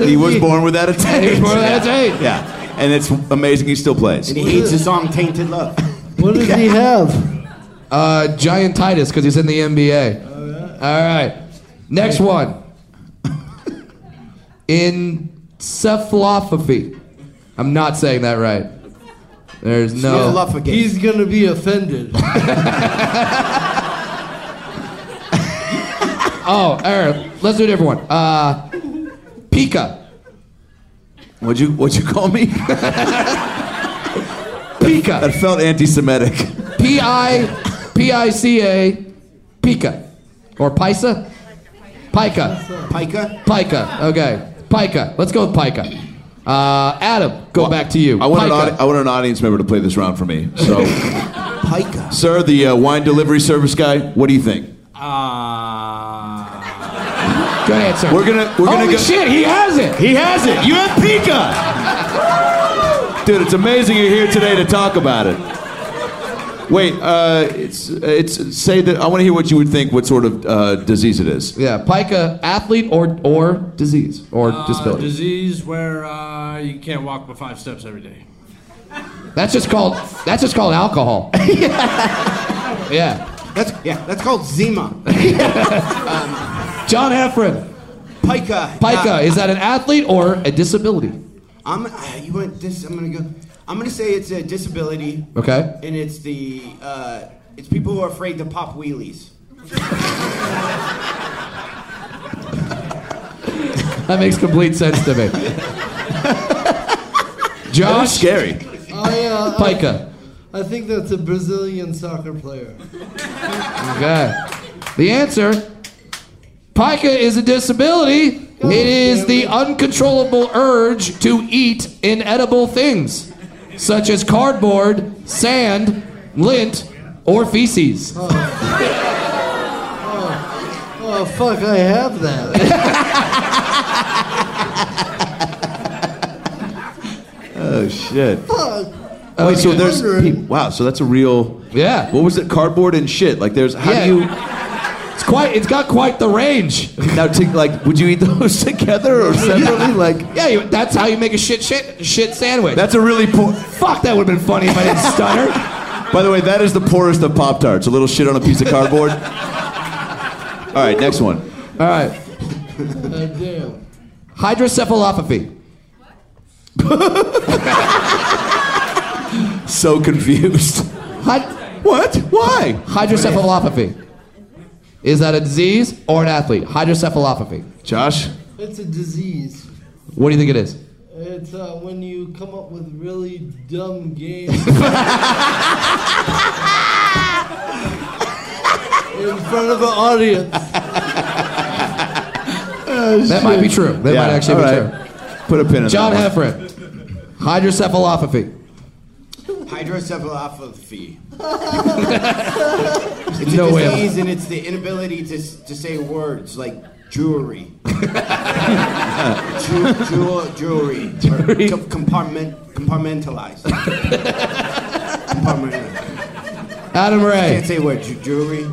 E: did
B: he was
E: he-
B: born with that attack.
E: He was born with that attack.
B: Yeah. And it's amazing he still plays.
G: He hates his song Tainted Love.
H: What does he have?
E: Uh, Giant Titus, because he's in the NBA. All right. Next one. Encephalopathy. I'm not saying that right. There's no.
H: He's gonna be offended.
E: Oh, all right. Let's do a different one. Uh, Pika.
B: What'd you what'd you call me?
E: Pika.
B: that felt anti Semitic.
E: P I P I C A. Pika. Or Pisa? Pika.
G: Pika?
E: Pika. Okay. Pika. Let's go with Pika. Uh, Adam, go back to you.
B: I want, an
E: Pika.
B: audi- I want an audience member to play this round for me. So
G: Pika.
B: Sir, the uh, wine delivery service guy, what do you think?
G: Ah.
E: Good answer.
B: We're gonna we're gonna
E: Holy
B: go
E: shit, he has it.
B: He has it. You have Pika. Dude, it's amazing you're here today to talk about it. Wait, uh, it's it's say that I want to hear what you would think. What sort of uh, disease it is?
E: Yeah, pica, athlete or or disease or disability.
I: disease where uh, you can't walk but five steps every day.
E: That's just called that's just called alcohol. yeah.
G: That's, yeah, that's called Zima.
E: John Heffron.
G: Pika.
E: Pica,
G: Uh,
E: is that an athlete or a disability?
G: I'm, uh, you want this? I'm going to go. I'm going to say it's a disability.
E: Okay.
G: And it's the, uh, it's people who are afraid to pop wheelies.
E: That makes complete sense to me.
B: That's
E: Josh
B: scary.
H: I, uh, I,
E: Pica.
H: I think that's a Brazilian soccer player.
E: Okay. The answer Pica is a disability. It is the uncontrollable urge to eat inedible things, such as cardboard, sand, lint, or feces.
H: Oh fuck! I have that.
B: Oh shit.
H: Fuck.
B: Wait, so there's
H: Wondering.
B: peop- wow. So that's a real.
E: Yeah.
B: What was it? Cardboard and shit. Like there's how
E: Yeah.
B: do you
E: It's quite. It's got quite the range.
B: now? T- like, would you eat those together or separately? Like
E: Yeah, you, that's how you make a shit shit shit sandwich.
B: that's a really poor.
E: Fuck, that would have been funny if I didn't stutter.
B: By the way, that is the poorest of Pop Tarts. A little shit on a piece of cardboard. All right, next one.
E: All right,
H: God damn.
E: hydrocephalopathy.
B: So confused.
E: Hy-
B: What? Why?
E: hydrocephalopathy. Is that a disease or an athlete? Hydrocephalopathy.
B: Josh?
H: It's a disease.
E: What do you think it is?
H: It's uh, when you come up with really dumb games. In front of an audience.
E: That might be true. That might actually be true.
B: Put a pin in
E: John
B: that.
E: Heffron. Hydrocephalopathy.
G: Hydrocephalopathy.
E: It's no way. of-
G: disease, and it's the inability to, s- to say words like jewelry. Ju- jewel- jewelry. Or com- compartment, compartmentalized. compartmentalized.
E: Adam
G: Can't
E: Ray.
G: say word. Ju- jewelry.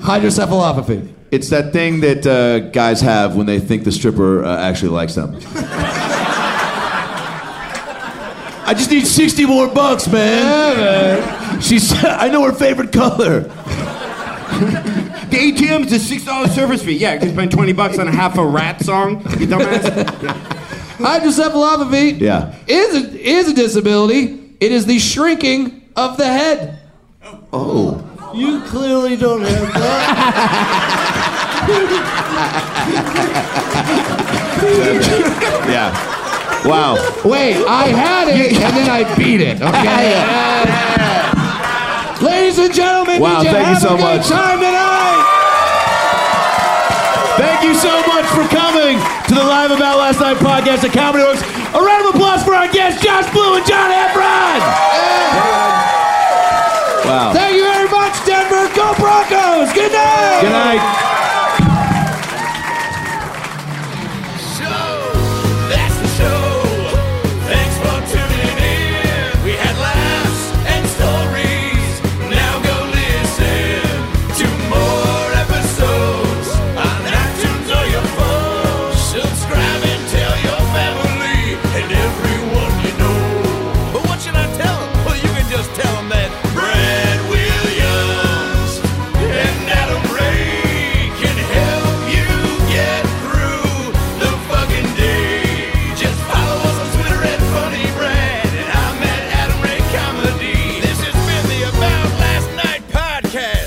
E: Hydrocephalopathy.
B: It's that thing that uh, guys have when they think the stripper uh, actually likes them. I just need 60 more bucks, man. She's, I know her favorite color.
G: The ATM's a six dollar service fee. Yeah, you can spend twenty bucks on a half a rat song. You dumbass.
E: Hydrocephalopathy
B: Yeah.
E: is a, is a disability. It is the shrinking of the head.
H: You clearly don't have that.
B: Yeah. Wow.
E: Wait, I had it and then I beat it. Okay. Uh, Ladies and gentlemen,
B: Wow,
E: did you
B: thank you
E: have
B: so
E: a good
B: much.
E: time tonight?
B: Thank you so much for coming to the Live About Last Night podcast at Comedy Works. A round of applause for our guests, Josh Blue and John Efron. Wow.
E: Thank you very much, Denver. Go Broncos. Good night.
B: Good night.
D: That's the show. Thanks for tuning in. We had laughs and stories. Now go listen.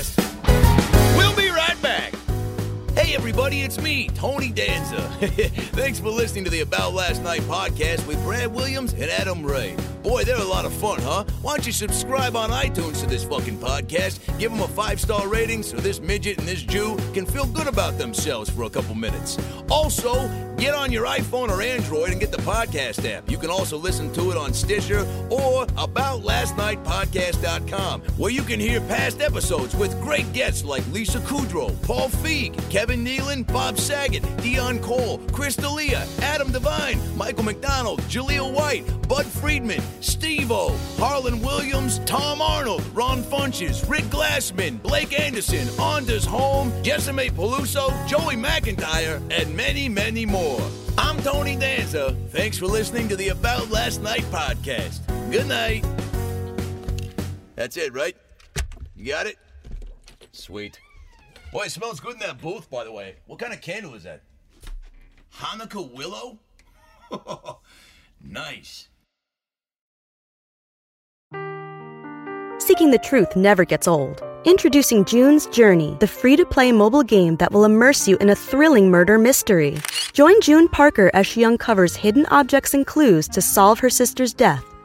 D: About Last Night podcast with Brad Williams and Adam Ray. Boy, they're a lot of fun, huh? Why don't you subscribe on iTunes to this fucking podcast? Give them a five star rating so this midget and this Jew can feel good about themselves for a couple minutes. Also, get on your iPhone or Android and get the podcast app. You can also listen to it on Stitcher or aboutlastnightpodcast.com, where you can hear past episodes with great guests like Lisa Kudrow, Paul Feig, Kevin Nealon, Bob Saget, Dion Cole, Chris D'Elia, Adam Devine, Michael McDonald, Jaleel White, Bud Friedman, Steve O, Harlan Williams, Tom Arnold, Ron Funches, Rick Glassman, Blake Anderson, Anders Holm, Jessime Peluso, Joey McIntyre, and many, many more. I'm Tony Danza. Thanks for listening to the About Last Night podcast. Good night. That's it, right? You got it? Sweet. Boy, it smells good in that booth, by the way. What kind of candle is that? Hanukkah willow? nice.
J: Seeking the truth never gets old. Introducing June's Journey, the free to play mobile game that will immerse you in a thrilling murder mystery. Join June Parker as she uncovers hidden objects and clues to solve her sister's death